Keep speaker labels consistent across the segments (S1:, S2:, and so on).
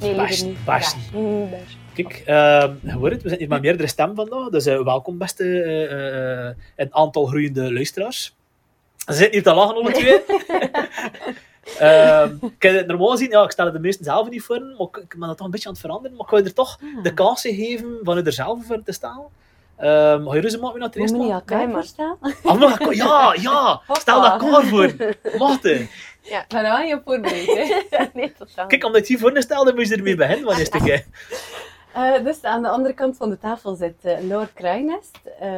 S1: Nee,
S2: Past,
S1: liever niet.
S2: past.
S1: Ja, mm, best.
S2: Kijk, eh, je hoort het, we zijn hier maar meerdere stemmen vandaag. Dus eh, welkom, beste eh, eh, een aantal groeiende luisteraars. Ze zitten hier te lachen, alle twee. Ehm, ik heb het normaal gezien, ja, ik stel het de meesten zelf niet voor, maar ik- ik ben dat toch een beetje aan het veranderen. Maar ik wil er toch de kans in geven van u er zelf voor te staan. Ehm ga je ruzie maken met dat
S1: Moet
S2: eerst?
S1: me niet
S2: man?
S1: elkaar
S3: Nee, maar-
S1: voorstellen?
S2: Ah, mag ik- Ja, ja, stel dat klaar voor. Mocht hè.
S3: Maar nou, je voorbeeld, hè.
S1: nee, totaal.
S2: Kijk, omdat je voor stelde, moest je ermee beginnen van eerste keer.
S3: Eh, dus aan de andere kant van de tafel zit eh, Noor Kruinest, eh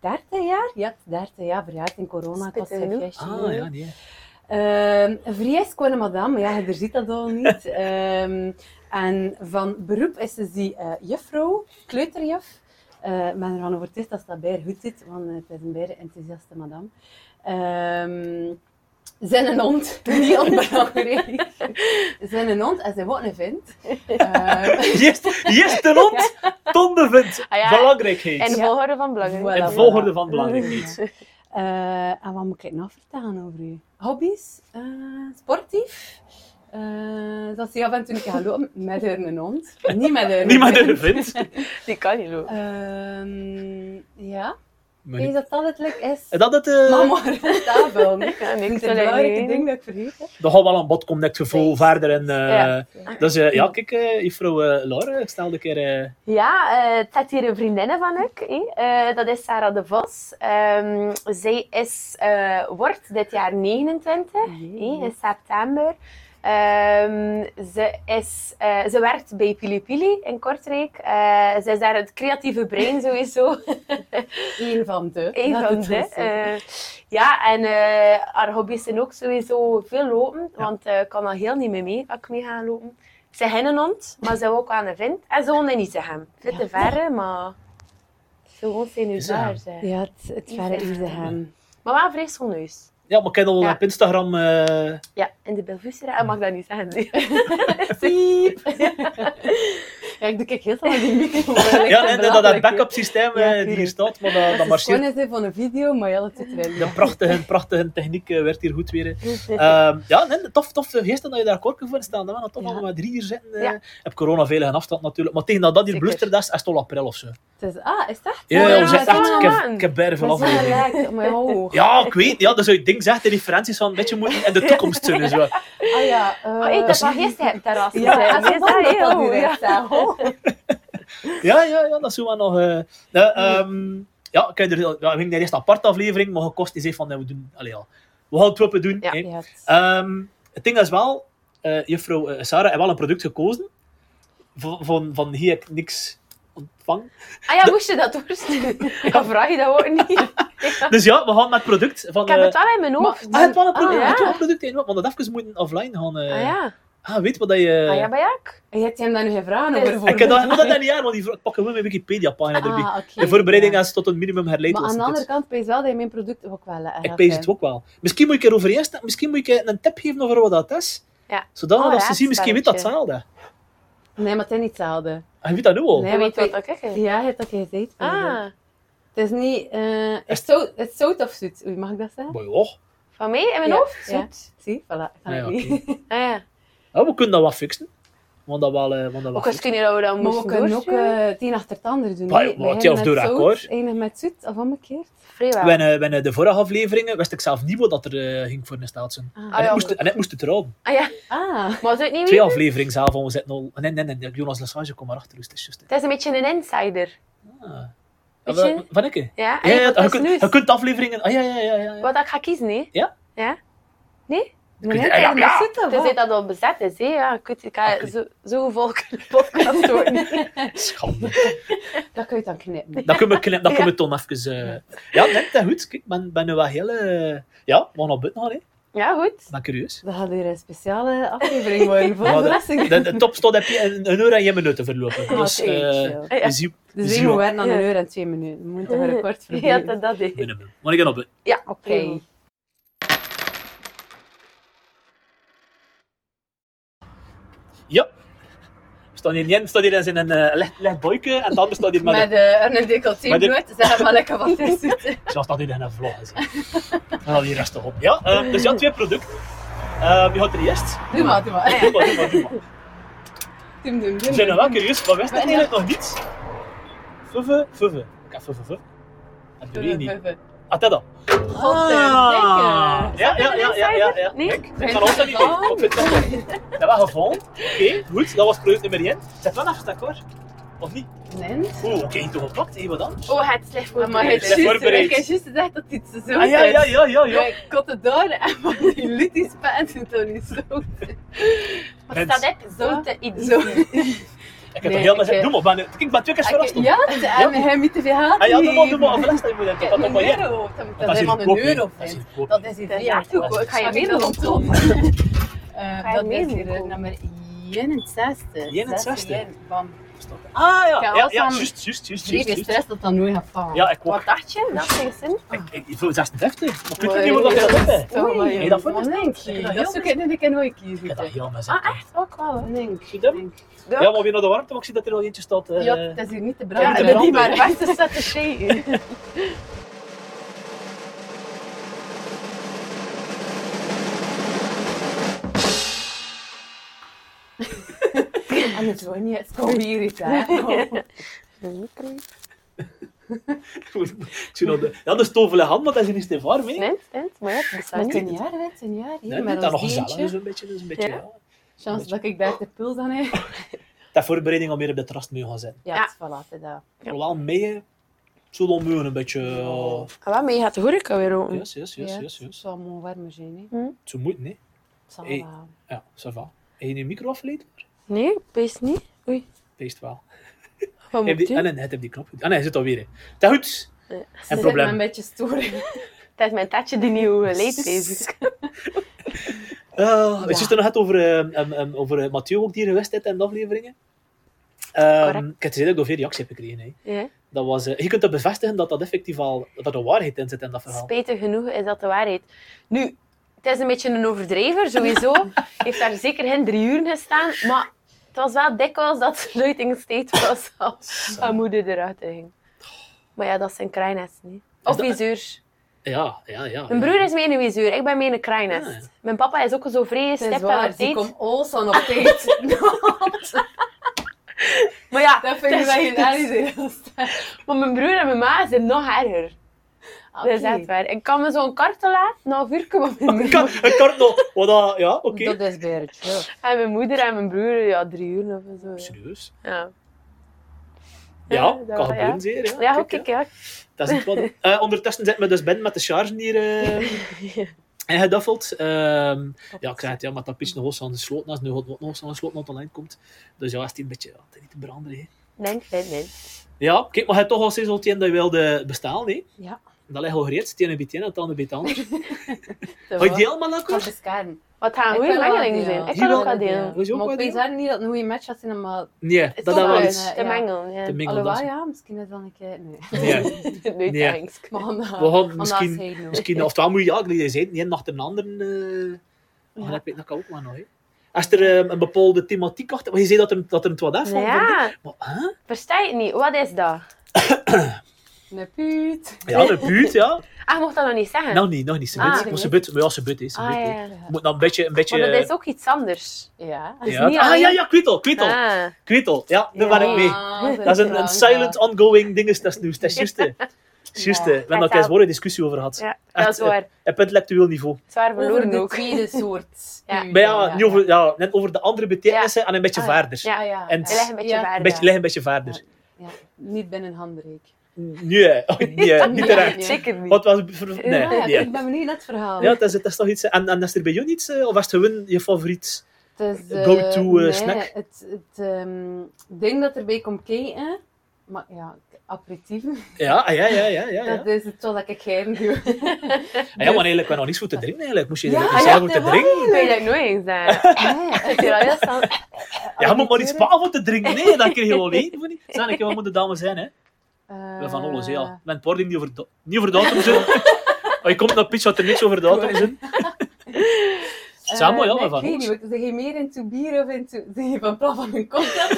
S3: 30 jaar. Ja, het 30 jaar verjaard in corona. Ik was
S1: Spitten, hè?
S3: gefestje.
S2: Ah, ja, nee.
S3: Ehm, een Vries kwam madame, maar ja, je ziet dat al niet. Ehm, en van beroep is ze die eh, juffrouw, kleuterjuf. Eh, Ik ben ervan overtuigd dat ze dat bij haar goed zit, want eh, het is een bijna enthousiaste madame. Ehm, zijn een hond, niet onbelangrijk. zijn een hond en zijn wat een Ehm, vindt.
S2: Eerst, eerst de hond, ton de vindt.
S1: Ah, ja.
S2: Belangrijkheid.
S1: En de
S3: Ja.
S1: volgorde van belangrijk.
S3: Voilà.
S2: En volgorde van belangrijkheid.
S3: Eh, en wat moet ik nog vertellen over u? Hobby's? Eh, sportief? Eh dat ze af en toe een keer gaan lopen met hun hond. Niet met hun
S2: Niemand
S3: hond.
S2: er vindt.
S1: Die kan niet lopen.
S3: Ehm, ja,
S2: Maar
S3: ik denk
S2: niet-
S3: dat dat het leuk is.
S2: En dat het, eh
S3: Mama, maar tafel. Dat
S1: Ja, niks
S3: is
S1: wil
S3: een
S1: hij
S3: belangrijke
S1: niet
S3: ding dat ik vergeet heb.
S2: dat gaat wel aan bod komt, dat gevoel
S1: Thanks.
S2: verder. En, eh,
S1: Ja.
S2: Dus eh, ja, kijk, eh juffrouw eh, Laura, ik stel een keer... eh,
S1: Ja, eh, het zit hier een vriendinne van ik. hè. Eh, dat is Sarah de Vos. Ehm, zij is, eh, wordt dit jaar 29, hè, in september. Ehm, ze, is, eh, ze werkt bij Pili Pili in Kortrijk. Eh, ze is daar het creatieve brein sowieso.
S3: Eén van de.
S1: Een
S3: Dat
S1: van
S3: is
S1: de.
S3: goed zo.
S1: eh, ja, en eh, haar hobby's zijn ook sowieso veel lopen, want eh, ik kan al heel niet meer mee als ik mee ga lopen. Ze hebben een hond, maar ze hebben ook aan de vind. En ze wonen niet te hem. Zit te verre, maar ze woont zijn nu
S2: Is ze hem?
S1: daar. Ze.
S3: ja, het, het verre is eh, de hem.
S1: Maar wel een vrij zo'n neus.
S2: ja, maar ik ken al
S1: Ja.
S2: op Instagram... eh,
S1: Ja, in de Belfusera. Ik mag dat niet zeggen. nee.
S3: Piep. Ja, ik doe kijk heel snel naar die microfoon.
S2: ja, en dat, dat
S3: belachelijk, hè.
S2: backup systeem eh, die hier
S3: tuurlijk.
S2: staat, maar dat, dat
S3: Dat is
S2: marcheert.
S3: gewoon eens van een video, maar ja, dat zit erin.
S2: De prachtige, prachtige techniek eh, werd hier goed weer. eh. Ehm, ja, nee, tof, tof. Gisteren dat je daar korken voor staan. Dan waren we toch
S3: Ja.
S2: nog maar drie hier zitten. eh.
S1: Ja.
S2: Heb corona veilig en afstand natuurlijk. Maar tegen dat dat hier
S1: Zeker.
S2: bluster, dat is is tot april of zo.
S3: Het is, ah, is dat?
S2: Ja,
S1: Oh,
S2: ja,
S1: ja,
S2: we zijn
S1: dat is
S2: echt, ik
S1: allemaal
S2: heb,
S1: aan.
S2: ik heb bijna veel
S3: Maar zo
S2: afleveringen.
S3: lijkt, maar oh.
S2: Ja, ik weet. Ja, dus je ding zegt de referenties van een beetje moeten in de toekomst zijn. dus en zo.
S3: Ah ja. eh,
S1: Oh, ik heb
S2: dat
S1: al
S2: is-
S1: gisteren op het terras
S3: ja,
S1: gezeten.
S3: dat is
S1: Is dat heel goed? Ja.
S3: ja.
S2: Ja, ja, ja, dat zullen we nog. eh nou, ehm, ja, ik heb er, ja, we gingen daar eerst een aparte aflevering, maar gekost is even van, nee, we doen, allee, ja. we gaan het proppen doen.
S1: Ja.
S2: hè.
S3: Ja,
S2: Ehm, het ding is wel, eh, juffrouw eh, Sarah heeft wel een product gekozen. Van, van, van hier heb ik niks ontvang.
S1: Ah ja, moest je dat doorsturen? Dan vraag je dat ook niet.
S2: Dus ja, we gaan met het product van...
S1: Ik heb
S2: eh,
S1: het wel in mijn hoofd.
S2: Ah, het wel een product,
S1: Ah, ja.
S2: het wel een product, hè, want we dat even moeten offline gaan... eh.
S1: Ah ja,
S2: Ah, weet wat dat je...
S1: ah ja, Bajak.
S3: En je hebt hem daar nu geen vragen
S1: Het is-
S3: over voor
S2: ik heb dat, moet dat dan niet aan, want die pak gewoon mijn Wikipedia-pagina erbij.
S3: Ah, oké.
S2: De voorbereiding
S3: Ja.
S2: is tot een minimum herleid.
S3: Maar
S2: was
S3: aan "Ah, de
S2: het. dus.
S3: andere kant pees wel dat je mijn product ook wel eh,
S2: Ik
S3: gaat
S2: pees
S3: zijn.
S2: het ook wel. Misschien moet ik erover eerst, misschien moet ik eh, een tip geven over wat dat is.
S1: Ja.
S2: Zodat
S1: Oh,
S2: als ze zien, misschien weet dat hetzelfde.
S3: Nee, maar het is niet hetzelfde.
S2: Ah, Je weet dat nu al.
S3: Nee.
S1: Je
S3: Ja,
S1: weet
S3: want
S1: wat ik zeg.
S3: Ja, je hebt dat gezegd.
S1: Ah,
S3: Het is niet... eh, het is zo- het is zout of zoet. Oei, mag ik dat zeggen?
S2: Maar ja,
S1: van mij in mijn
S3: Ja,
S1: hoofd?
S3: ja.
S1: Zoet.
S3: Zie, voilà. dat kan
S2: Ah, ja,
S3: ik niet.
S1: Ah, ja.
S2: Ja, we kunnen dat wat fixen. Want dat wel, eh, want dat wel
S1: Ook eens
S2: fixen.
S1: kunnen dat we dat
S3: Maar we
S1: moesten
S3: kunnen ook
S1: doorsturen.
S3: eh, het een achter het ander doen.
S2: Maar
S3: hè.
S2: ja,
S3: We
S2: wat,
S3: hebben
S2: ja, of
S3: met
S2: door
S3: zout,
S2: akkoord.
S3: Enig met zoet, of omgekeerd.
S1: Vrijwel.
S2: Bij, eh, bij de vorige afleveringen wist ik zelf niet wat dat er eh, ging voor een staat zijn.
S3: Ah,
S2: en,
S1: ja,
S2: ik moest,
S1: goed.
S2: en ik moest het trouwen.
S1: Ah ja,
S3: Ah,
S1: maar zou het niet
S2: Twee
S1: weten?
S2: afleveringen zelf, want we zitten al... Nee, nee, nee, Jonas Lassage, kom maar achter. Dus het is juist.
S1: Het is een beetje een insider.
S2: Ah.
S1: Weet
S2: Ja,
S1: je? Ah,
S2: Van ik?
S1: Ja, en
S2: Ja, ja,
S1: wat
S2: je,
S1: is nu?
S2: kunt, je kunt afleveringen... Ah, ja, ja, ja. ja, ja.
S1: Wat ik ga kiezen, hè?
S2: Ja?
S1: Ja? Nee?
S3: maar
S2: Ja,
S3: net
S2: ja,
S3: ja,
S2: ja.
S3: met zoet, of
S1: Het is
S3: wat? Ah,
S1: dat dat al bezet is, hè? Ja, ik weet- ik ga
S2: Oké.
S1: zo, zo volk een podcast worden.
S2: Schande.
S3: Dat kun je dan knippen.
S2: Dan kunnen we, knip- dan
S1: Ja.
S2: kunnen we het dan even... eh, Ja, net dat is goed. Kijk, ik ben, ben nu wel heel... eh, Ja, we gaan op buiten gaan, hè.
S1: Ja, goed.
S2: Ik ben curieus.
S3: We hadden hier een speciale aflevering worden voor
S2: Ja, Nou, dat-
S3: verrassing.
S2: De, de topstond heb je een, een uur en je minuten verlopen.
S3: Ah,
S2: Dus
S3: oké,
S2: eh,
S3: chill.
S2: we zien...
S3: Dus
S2: Zie
S3: we
S2: wel.
S3: werden aan een
S1: Ja.
S3: uur en twee minuten. We moeten een record
S1: Ja,
S3: verbeteren.
S1: dat, dat is.
S2: minimum. Maar ik ga op buiten.
S1: Ja,
S3: Oké.
S2: Ja. We staan hier, niet in, we staan hier in zijn eh licht, licht boyke en dan staat hier met...
S3: Met
S2: een-
S3: de een decolleté
S2: Maar de-
S3: bloot, zeg maar lekker wat er zit.
S2: Zelfs dat hier in een vlog is. En dan hier rustig op. ehm, Ja, eh, dus ja, twee producten. Eh, Wie had er eerst?
S3: Doe maar, doe maar.
S2: Doe maar, doe maar, doe maar.
S3: Dum, dum, dum,
S2: We zijn
S3: dum,
S2: er wel
S3: dum.
S2: curieus, wat wist het eigenlijk nog niet? Fuve, fuve. Ik heb fuve, fuve. Dat doe je niet. Ah, dat dan.
S3: eh, Godverdikke.
S2: Ja, ja, ja, ja, ja. ja.
S1: Nee?
S2: Kijk, Ik kan ons dat niet
S3: Oh.
S2: doen. Op het Dat hebben we gevonden. Oké, goed. Dat was project nummer 1. Zet wel even dat hoor. Of niet?
S3: Lens.
S2: Oeh, oké, toch gepakt. Hé, wat dan?
S1: Oh, het is slecht voor
S3: Ah, Maar
S2: het
S3: het
S2: is
S3: is
S1: mij.
S2: juist- voorbereid. ik
S3: voorbereid. Ik
S2: heb
S3: heb juist dat het iets zo
S2: Ah, ja, ja, ja, ja, ja.
S3: Ik kot het door en van die lutties pijn en toen is zo.
S1: Maar staat heb zo te iets.
S3: Zo.
S2: Ik heb
S3: Nee,
S2: er heel
S3: ik,
S2: veel
S3: eh,
S2: Doe maar, ik ben twee keer verrast.
S3: Ja, en hij moet de VH.
S2: Ah ja, doe maar, doe maar. Of rest, dat moet je dat
S3: Een
S2: dan maar hier.
S3: euro.
S2: Dat
S3: Dat
S2: is hier
S3: is helemaal
S2: goedkoop,
S3: een
S2: hè.
S3: euro,
S2: Dat is
S3: vriend.
S2: hier goedkoop.
S3: Dat is hier
S1: Dat is
S3: ja,
S1: echt goedkoop.
S3: goed.
S1: Ga je mee
S3: dan
S1: doen?
S3: top.
S1: Ga je
S3: Dat
S1: mee
S3: is hier eh,
S1: doen?
S3: nummer 61.
S2: 61.
S3: Van
S2: Ah ja,
S3: Ja,
S2: ja,
S3: alles
S2: ja,
S3: aan-
S2: juist, juist, juist,
S3: Vreemd
S2: juist,
S3: is
S2: juist.
S3: stress dat dan nooit gaat vallen.
S2: Ja, ik ook.
S1: Wat dacht je? Dat is zin.
S2: Ik- Ik ik voel 56. Maar ik weet niet hoe dat je dat doet. hè.
S3: Oei,
S2: Heb je dat voor
S3: dat
S2: je?
S3: denk je. Dat is ook een ik kan nooit kiezen.
S2: Ik heb dat heel mis.
S1: Ah, echt? Ook wel. hoor.
S3: Denk,
S2: Zie je dat?
S3: denk.
S2: Ja, maar weer naar de warmte, want ik zie dat er al eentje staat. eh,
S3: Ja, dat is hier niet te
S2: Ja,
S3: branden.
S2: dat is
S3: Ja,
S2: niet
S3: maar
S2: branden.
S3: waar te zetten, shake. En het wordt niet zo weird, hè?
S2: Ik zie dat de- Ja, de stovele hand, want dat is niet te warm, hè?
S1: Nint, nint, maar ja, het bestaat
S3: Met
S1: niet.
S3: een jaar, met een jaar. Hier,
S2: Nee,
S3: met
S2: dat
S3: ons
S2: nog gezellig
S3: diertje.
S2: is een beetje. Dat, is een beetje
S1: Ja.
S2: ja.
S3: Chance dat ik daar de puls aan heb.
S2: dat voorbereiding al meer op de terras mee gaan zijn.
S3: Ja,
S1: Ja.
S3: het is voilà, het is dat.
S1: Ja.
S2: Vooral mee, eh, zo dan muur een beetje. eh,
S1: Ah, wat, maar je gaat de horeca weer open.
S2: Yes, yes, yes, yes,
S3: Het
S2: yes.
S3: zal mooi warmer zijn, hè.
S2: Het zou moeten, hè?
S3: Het zal
S2: Hey.
S3: wel.
S2: Ja, ça va. Heb je nu een micro afgeleid?
S1: Nee, beest niet. Oei,
S2: Wees het wel.
S1: wat
S2: Heb
S1: moet ik
S2: die,
S1: doen?
S2: Ellen, het heb die knop. Ah nee, hij zit alweer. hè. Dat goed.
S3: Ze zijn
S2: probleem.
S3: me een beetje storen.
S1: Dat is mijn tatje die nieuwe leed is.
S2: Eh, We
S3: Ja.
S2: zitten nog net over, eh, em, em, over eh, Mathieu ook die geweest heeft in de afleveringen. Ehm,
S1: Correct.
S2: ik heb gezien dat ik nog veel reacties heb gekregen. Hè.
S1: Ja.
S2: Dat was, eh, je kunt dat bevestigen dat dat effectief al dat er waarheid in zit in dat verhaal.
S1: Spijtig genoeg is dat de waarheid. Nu, het is een beetje een overdrijver, sowieso. heeft daar zeker geen drie uur gestaan, maar het was wel dikwijls dat de sluiting steeds was als haar moeder eruit ging. Maar ja, dat zijn kraainesten, niet. Of
S2: dat-
S1: wezuur.
S2: Ja, ja, ja.
S1: Mijn
S2: ja.
S1: broer is mee in een wezuur, ik ben mee in een
S2: Ah, ja.
S1: kraainest. Mijn papa is ook zo vrees,
S3: Het is
S1: stipt aan
S3: waar,
S1: het
S3: ze
S1: eten.
S3: komt Olson op tijd.
S1: Maar ja,
S3: Dat vind ik
S1: dat
S3: wel
S1: is-
S3: je daar niet heel sterk.
S1: Maar mijn broer en mijn ma zijn nog erger. Dat is echt waar. Ik kan me zo'n kartelaar na een uur komen met mijn
S2: Een kar-
S1: moeder.
S2: een kartel. Wat dat- ja, oké.
S3: Dat is bij het chill.
S1: En mijn moeder en mijn broer, ja, drie uur of zo. ja.
S2: Serieus?
S1: Ja,
S2: Ja,
S1: Ja,
S2: kan
S1: dat wel,
S2: gebeuren
S1: ja.
S2: zeer. Ja,
S1: ja ook
S2: Kijk,
S1: ik, ja.
S2: hè. Dat is niet wat. Eh, ondertussen zitten we dus binnen met de charge hier eh ingeduffeld. Ehm, ja, ik zeg het, ja, maar dat pitje nog los aan de sloot naast, nu wat nog los aan de sloot naar het online komt. Dus ja, is het een beetje ja, het is niet te veranderen. hè.
S1: Nee, nee, nee.
S2: Ja, kijk, maar je hebt toch al sinds al dat je wilde bestaan, hè?
S3: Ja.
S2: Dat ligt al gereed, het ene bij het ene, het andere bij het ander. Had je die allemaal
S3: kan
S2: lekker?
S3: beschermen.
S1: Wat gaan
S3: Ik
S1: goede
S3: wil wel
S1: mengelingen
S3: delen.
S1: zijn? Ik
S2: Je
S1: kan
S2: wil-
S1: ook wel delen.
S2: Wil je ook
S3: Maar
S2: wat
S3: ik weet
S2: delen?
S3: daar niet dat het een goede match had zijn, maar...
S2: Nee,
S1: Het
S2: dat
S1: is
S2: dat
S1: wel eh,
S2: wel
S3: waar,
S2: eens.
S3: hè.
S1: te
S3: ja.
S1: mengelen. Ja.
S2: Te mengelen, dat
S3: Alhoewel,
S2: is-
S3: ja, misschien is dat een keer... Nee.
S2: Nee.
S1: Nee,
S2: Ja.
S1: thanks.
S3: Maar gaan dat-
S2: We gaan
S3: gaan dat
S2: misschien-
S3: zeggen, hoor.
S2: Misschien, oftewel moet je ja, gelijk je zei, de een achter de ander. eh
S3: Ja.
S2: maar dat, weet- dat kan ook wel nog. Hè. Als er eh, een bepaalde thematiek achter. Want je zei dat er, dat er een toilet van.
S1: Ja,
S2: Maar, huh?
S1: versta je het niet? Wat is dat?
S3: Een puut.
S2: Ja, de buurt, ja.
S1: Ah, je mocht dat nog niet zeggen.
S2: Nog niet, nog niet. Ze
S1: Ah,
S2: buurt.
S1: ik
S2: Maar
S3: weet
S2: ze buurt, maar ja, ze buurt is. Ze
S1: ah,
S2: buurt, hè.
S1: ja.
S2: Je Moet dan een beetje. Een beetje
S1: Maar dat is
S2: eh,
S1: ook iets anders.
S3: Ja.
S2: ja.
S1: niet
S2: Ah,
S1: alleen-
S2: ja, ja, kwittel, kwittel.
S1: Ah.
S2: Kwittel, ja, daar ben ik mee.
S3: dat
S2: Dat is een, een
S3: belangrijk.
S2: silent, ongoing ding, is dat nieuws. Dat is juist. hè. Dat is juist, hè. We hebben daar
S1: dat-
S2: eens een discussie over gehad.
S1: Ja,
S2: Echt, eh,
S1: dat is waar.
S2: Op intellectueel niveau.
S1: Zwaar
S3: Over
S1: verloren
S3: de
S1: ook.
S3: tweede soort.
S1: Ja.
S3: puut,
S2: Maar ja, niet over, ja, net over de andere betekenissen en een beetje
S3: Ah, ja.
S2: verder.
S1: Ja,
S3: Ah, ja.
S2: En-
S3: Ja.
S1: Hij legt een beetje
S3: Ja.
S2: Een
S1: waarde.
S2: beetje, leg een beetje verder.
S3: Ja. Niet binnen handreik.
S2: Nee, oh, nee, niet
S3: Nee.
S2: terecht.
S1: Zeker niet.
S2: Wat was het voor- Nee,
S3: Ah, Ja,
S2: nee.
S3: Ik ben benieuwd naar het verhaal.
S2: Ja, dat is, dat is toch iets. En, en is er bij jou iets, eh, of was het gewoon je favoriet?
S3: Het is, eh,
S2: Go-to, eh,
S3: nee,
S2: snack?
S3: Het, het ehm, ding dat erbij komt kijken, eh, maar ja, aperitieven,
S2: Ja, ah, ja, ja, ja. ja, ja.
S3: dat is het wat ik geheim doe.
S2: Ah, ja, maar eigenlijk wel nog niets voor te drinken. Eigenlijk. Moest je er
S3: Dus- Ja, ah,
S2: zelf
S3: ja,
S2: voor te
S3: dat
S2: drinken?
S1: Ik weet dat nooit eens zeggen.
S3: Ah,
S1: Ik vind dat heel stand-
S2: Ja, je moet maar iets paal voor te drinken. Nee, dat krijg je wel niet. voor niet. Zeg, ik, wat moet de dames zijn, hè?
S3: Eh,
S2: Wel Van alles,
S3: Ah.
S2: ja. Mijn pardon niet over, de- niet over de auto zijn. Maar Oh, je komt naar pitch wat er niks over de auto is. in.
S3: eh,
S2: Samen, ja,
S3: nee,
S2: maar van
S3: Ik weet
S2: alles.
S3: niet, zeg je meer into bier of into... Zeg je van plan van een cocktail?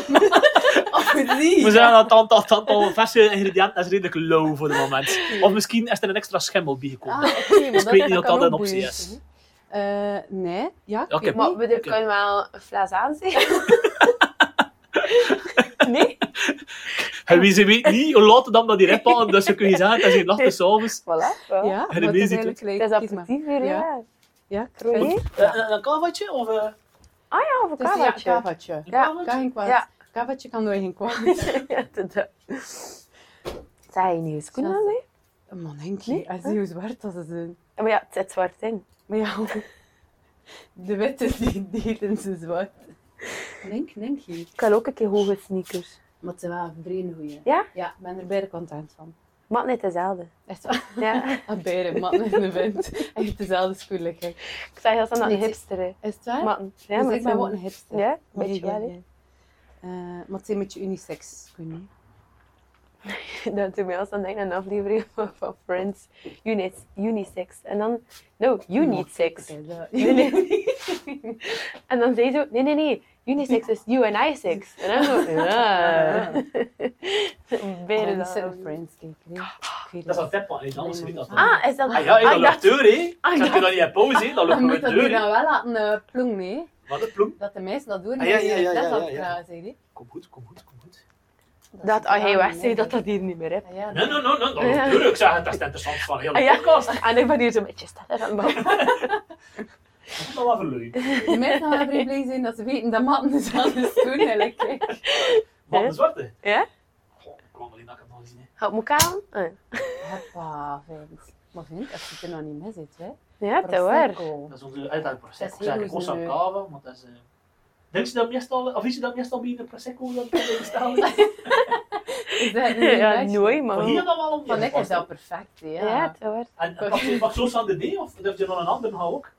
S3: of niet?
S2: We zeggen dat het aantal, het aantal verse ingrediënten is redelijk low voor het moment. Of misschien is er een extra schimmel bijgekomen.
S3: Ah, oké, maar
S2: weet niet
S3: kan
S2: of dat een
S3: ook
S2: optie
S3: boeiend
S2: is.
S3: zijn, hè. Eh, nee, ja, ik
S2: Ja, ik heb-
S3: weet niet.
S1: Maar we kunnen wel een fles aanzien. Nee?
S2: En wie ze weet niet hoe laat dan dat die reppen, dus je kunt zeggen, dat is hier nacht dus s'avonds.
S1: Voilà. wel.
S3: Ja, maar
S2: En de
S3: het is
S2: muziek,
S3: eigenlijk
S1: Het is
S3: leuk. Kies maar.
S1: aperitief hier, ja.
S3: Ja. Ja,
S1: Kroei.
S3: fijn.
S2: Eh, Een, een kavaatje of eh,
S1: Ah ja, of een
S3: Dus ja,
S1: kavaatje.
S3: kavatje.
S2: een
S1: Ja,
S2: kavaatje?
S3: Kan geen kwaad.
S1: Ja.
S3: Kavatje kan door geen kwaad.
S1: Ja, tada. Zij niet eens kunnen,
S3: Zelfs-
S1: nee?
S3: Man, denk je, als die hoe zwart dat ze zijn.
S1: Ja, Maar ja, het zit zwart in.
S3: Maar ja, de witte die delen ze zwart. Denk, denk je.
S1: Ik wil ook een keer hoge sneakers.
S3: Maar het zijn wel vreemd goeie.
S1: Ja?
S3: Ja, ik ben er beide content van.
S1: Maar net dezelfde.
S3: Echt waar.
S1: Ja.
S3: Ah, beide, man en een vent. Echt dezelfde schoenen, kijk.
S1: ik zei heel snel dat een
S3: Nee,
S1: hipster, hè.
S3: Is het waar?
S1: Maar, ja,
S3: dus
S1: maar
S3: ik ben
S1: zo-
S3: wel een hipster.
S1: Ja,
S3: Maar
S1: beetje
S3: ja,
S1: wel, hè.
S3: ja. Eh, maar het zijn een beetje unisex schoenen.
S1: Dat doet mij als dan denk aan een aflevering van, van Friends. Unis, unisex. En dan, no, you need sex. En dan zei ze, nee, nee, nee. Unisex is you and I sex. En dan zo, ja. Beter
S3: Friends
S1: dan.
S3: en friends, kijk. hè. Ik
S2: Dat is
S3: weet het.
S2: een teppan, hè, anders weet dat. Ah,
S1: Ah, is dat...
S2: ja,
S1: ah,
S2: ja,
S1: ik
S2: dat
S1: dacht-
S2: deur, hè.
S1: Ah,
S2: Kan
S1: ja.
S2: je dan niet in pauze, hè? Dan
S3: Je
S2: lopen we
S3: moet Ah, dat
S2: deur,
S3: hier
S2: hè.
S3: dan wel laten eh, ploemen, hè.
S2: Wat een ploem.
S3: Dat de meisjes dat doen.
S2: Ah, ja,
S3: hè.
S2: ja, ja,
S3: dat
S2: ja,
S3: is al
S2: ja, ja.
S3: graag, zeg, hè.
S2: Kom goed, kom goed, kom goed.
S1: Dat, ah, hij
S3: Ja,
S1: was,
S3: nee.
S1: dat dat hier niet meer hebt.
S3: Ah, ja,
S2: Nee, nee, nee, nee,
S1: Ja.
S2: dat deur. Ik zeg het, dat is interessant van heel
S1: Ah, ja.
S2: de podcast.
S1: En ik ben hier zo'n beetje stiller aan het maken.
S2: Dat is wel wat voor lui.
S3: De meisjes gaan wel vrij blij zijn dat ze weten dat mannen dus aan de schoen eigenlijk. kijk.
S2: Wat
S1: Hè?
S2: een zwarte.
S1: Ja?
S2: Goh, ik kwam alleen dat ik het nog zien, hè.
S1: Gaat elkaar aan? Ah.
S3: Hoppa, Vince. Maar Vince, als je er nog niet mee zit, hè.
S1: Ja, dat waar.
S3: Prosecco.
S2: Dat is onze uitdaging Prosecco.
S3: Dat is
S2: zeg
S3: heel
S2: ik Ossa
S3: goed,
S2: Cava, maar dat is... eh, Denk je dat meestal, of is je dat meestal bij een Prosecco dat je staan?
S3: Oh. Is dat een nieuw
S1: Ja,
S3: meisje?
S1: nooit,
S2: Maar
S1: maar...
S2: hier dan wel om
S3: Van ik is dat perfect, hè,
S1: Ja,
S3: ja.
S1: dat waar.
S2: En pak je, pak zo aan de D, of durf je nog een ander gaan ook?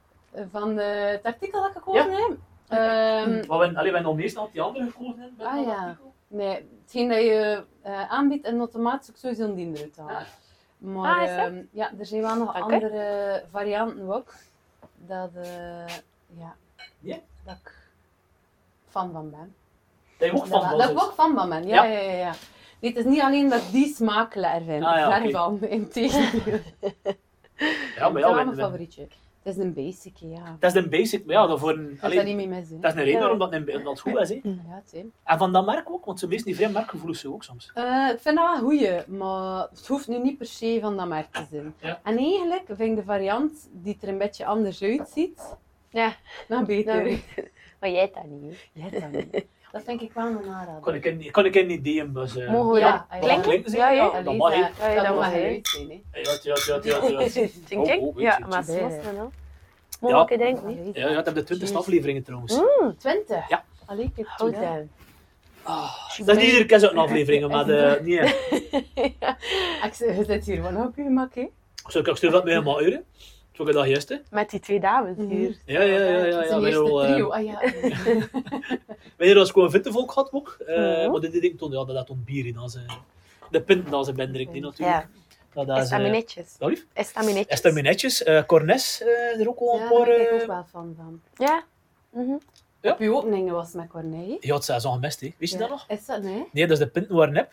S3: Van eh, het artikel dat ik gekozen heb. Ehm,
S2: Want we, allee, we hebben nog eerst nog die andere gekozen in, met
S3: Ah,
S2: dat
S3: ja.
S2: artikel.
S3: Nee, hetgeen dat je eh, aanbiedt en automatisch ook sowieso een diender uit halen.
S2: Ah.
S3: Maar
S1: Ah, is dat?
S3: ehm, ja, er zijn wel nog
S1: Dank u.
S3: andere varianten ook. Dat, eh, ja,
S2: Ja.
S3: dat ik fan van ben.
S2: Dat je ook van
S3: dat
S2: was,
S3: dat ik
S2: dus.
S3: ook fan van ben,
S2: Ja.
S3: ja. ja. ja, ja, Nee, het is niet alleen dat ik die smaak lekker vind.
S2: Ah, ja,
S3: ver
S2: oké.
S3: van, integendeel.
S2: Ja, maar ja,
S3: dat is wel
S2: we-
S3: mijn
S2: we-
S3: favorietje. Het is een basic, ja.
S2: dat is een basic, maar ja, dat, voor een,
S3: Ik kan
S2: allee,
S3: daar niet mee missen.
S2: dat is een reden
S1: Ja.
S2: waarom dat, een- dat het goed is. Hè.
S3: Ja, het is.
S2: En van dat merk ook, want ze meesten die vrij merkgevoelig zijn ook soms.
S3: Eh, ik vind dat wel goeie, maar het hoeft nu niet per se van dat merk te zijn.
S2: Ja.
S3: En eigenlijk vind ik de variant die er een beetje anders uitziet,
S1: Ja.
S3: nog beter.
S1: Nou, Maar jij hebt dat niet. hè.
S3: Jij hebt dat niet. Dat vind ik wel een aanrader.
S2: Kon ik in, kon ik in die DM-bus... eh,
S1: Mogen we
S3: Ja,
S1: dat
S3: ja.
S2: wat
S1: klinken?
S2: klinken ze?
S1: Ja, ja.
S2: dat
S3: Allee,
S2: mag, hè.
S3: dat-
S1: Ja,
S3: dat
S1: dat
S3: mag
S1: mag, hè.
S3: eruit zijn, hè.
S2: Ja, ja, ja, ja, ja, ja.
S1: Denk ik?
S2: Oh, oh,
S1: Ja,
S2: weet je,
S1: maar
S3: weet
S1: ze
S3: je.
S1: was dan al. Mogen we een keer niet?
S2: Ja, ja, dat hebben de twintigste
S3: Cheers.
S2: afleveringen trouwens.
S3: Twintig?
S2: Ja.
S3: Allee, kijk,
S1: Houd
S3: toe, hè.
S1: down.
S2: Ah, dat is niet iedere keer zo'n aflevering, maar eh, de, nee.
S3: Ik zeg, je zit hier gewoon op je gemak, hè.
S2: Zou ik stuur dat mee helemaal uren? Zou ik dat juist, hè?
S1: Met die twee dames hier.
S2: Ja, ja, ja. ja,
S3: Het is
S2: ja.
S3: een
S2: Wanneer
S3: eerste
S2: al, eh,
S3: trio. Ah ja.
S2: Wanneer als gewoon witte volk had ook. eh,
S1: Mhm.
S2: Maar dit ding toen, ja, dat had toen bier in. Als, eh, de pinten als een bender, ik niet natuurlijk.
S1: Ja,
S2: Dat, dat is, eh,
S1: estaminetjes.
S2: wel lief.
S1: Estaminetjes.
S2: Estaminetjes, eh Cornes, eh, er ook wel
S3: Ja,
S2: een
S3: daar
S2: paar.
S3: ben ik ook
S2: eh
S3: wel fan van.
S1: Ja. Mhm.
S2: Ja.
S3: Op je openingen was het met Corneille.
S2: ja, het is al gemist, hè. Weet je dat nog?
S3: Is dat, nee?
S2: Nee, dus de pinten waren nep.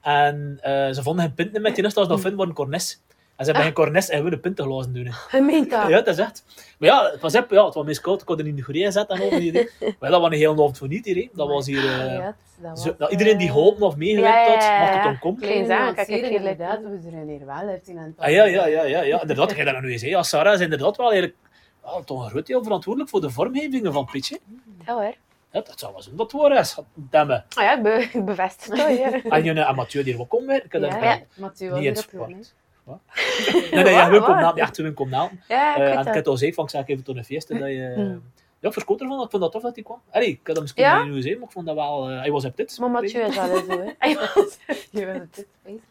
S2: En eh, ze vonden geen pinten met die nest
S1: Hm.
S2: als dat vinden waren cornes. En
S1: Ah.
S2: ze hebben geen cornes en we de pinten glazen doen. hè.
S1: Je meent dat.
S2: Ja, dat is echt. Maar ja, het was, echt- ja, het was meest koud, ik kon er niet in de goeree zetten en al die dingen. Maar dat was een hele avond voor niet hier. hè. Dat was hier...
S1: Ah,
S2: eh,
S3: Ja, het- dat
S2: zo-
S3: was, eh,
S2: dat iedereen die geholpen of meegewerkt
S1: eh, Ja, ja,
S2: had,
S1: ja,
S2: mag het
S1: ja.
S2: dan komen.
S1: Klein
S3: Kleine
S1: zaak, kijk,
S3: nuancering,
S1: ik hier
S3: inderdaad, we zijn hier wel uit in aan het
S2: Ah, ja, ja, ja, ja, ja, inderdaad. Jij dat nou eens, hè. Ja, Sarah is inderdaad wel eigenlijk... ja, toch een groot deel verantwoordelijk voor de vormgevingen van Pitch. hè.
S1: Ja hoor.
S2: Ja, dat zou wel zo dat het waar is. Demme.
S1: Ah ja, ik be- ik bevestig dat. ja.
S2: En je amateur die er ook komt werken. dat-
S1: Ja.
S2: dat-
S3: Mathieu
S2: Niet
S3: was
S2: in
S3: erop
S2: sport.
S3: gewonnen.
S2: Wat? Nee, nee, ja,
S1: Wat,
S2: hun komt
S1: wat?
S2: na, echt hun komt na.
S1: Ja,
S2: Eh,
S1: ik
S2: en
S1: weet
S2: ik
S1: dat.
S2: heb al gezegd, van, ik zeg even toen een feest, dat je...
S1: Mm.
S2: Ja, ik verschoot ervan, ik vond dat tof dat hij kwam. Allee, ik had dat misschien
S1: Ja?
S2: niet nu gezien, maar ik vond dat wel... eh, hij was op dit.
S1: Maar Mathieu is wel zo, hè. Hij was-
S3: Je wilde dit weten.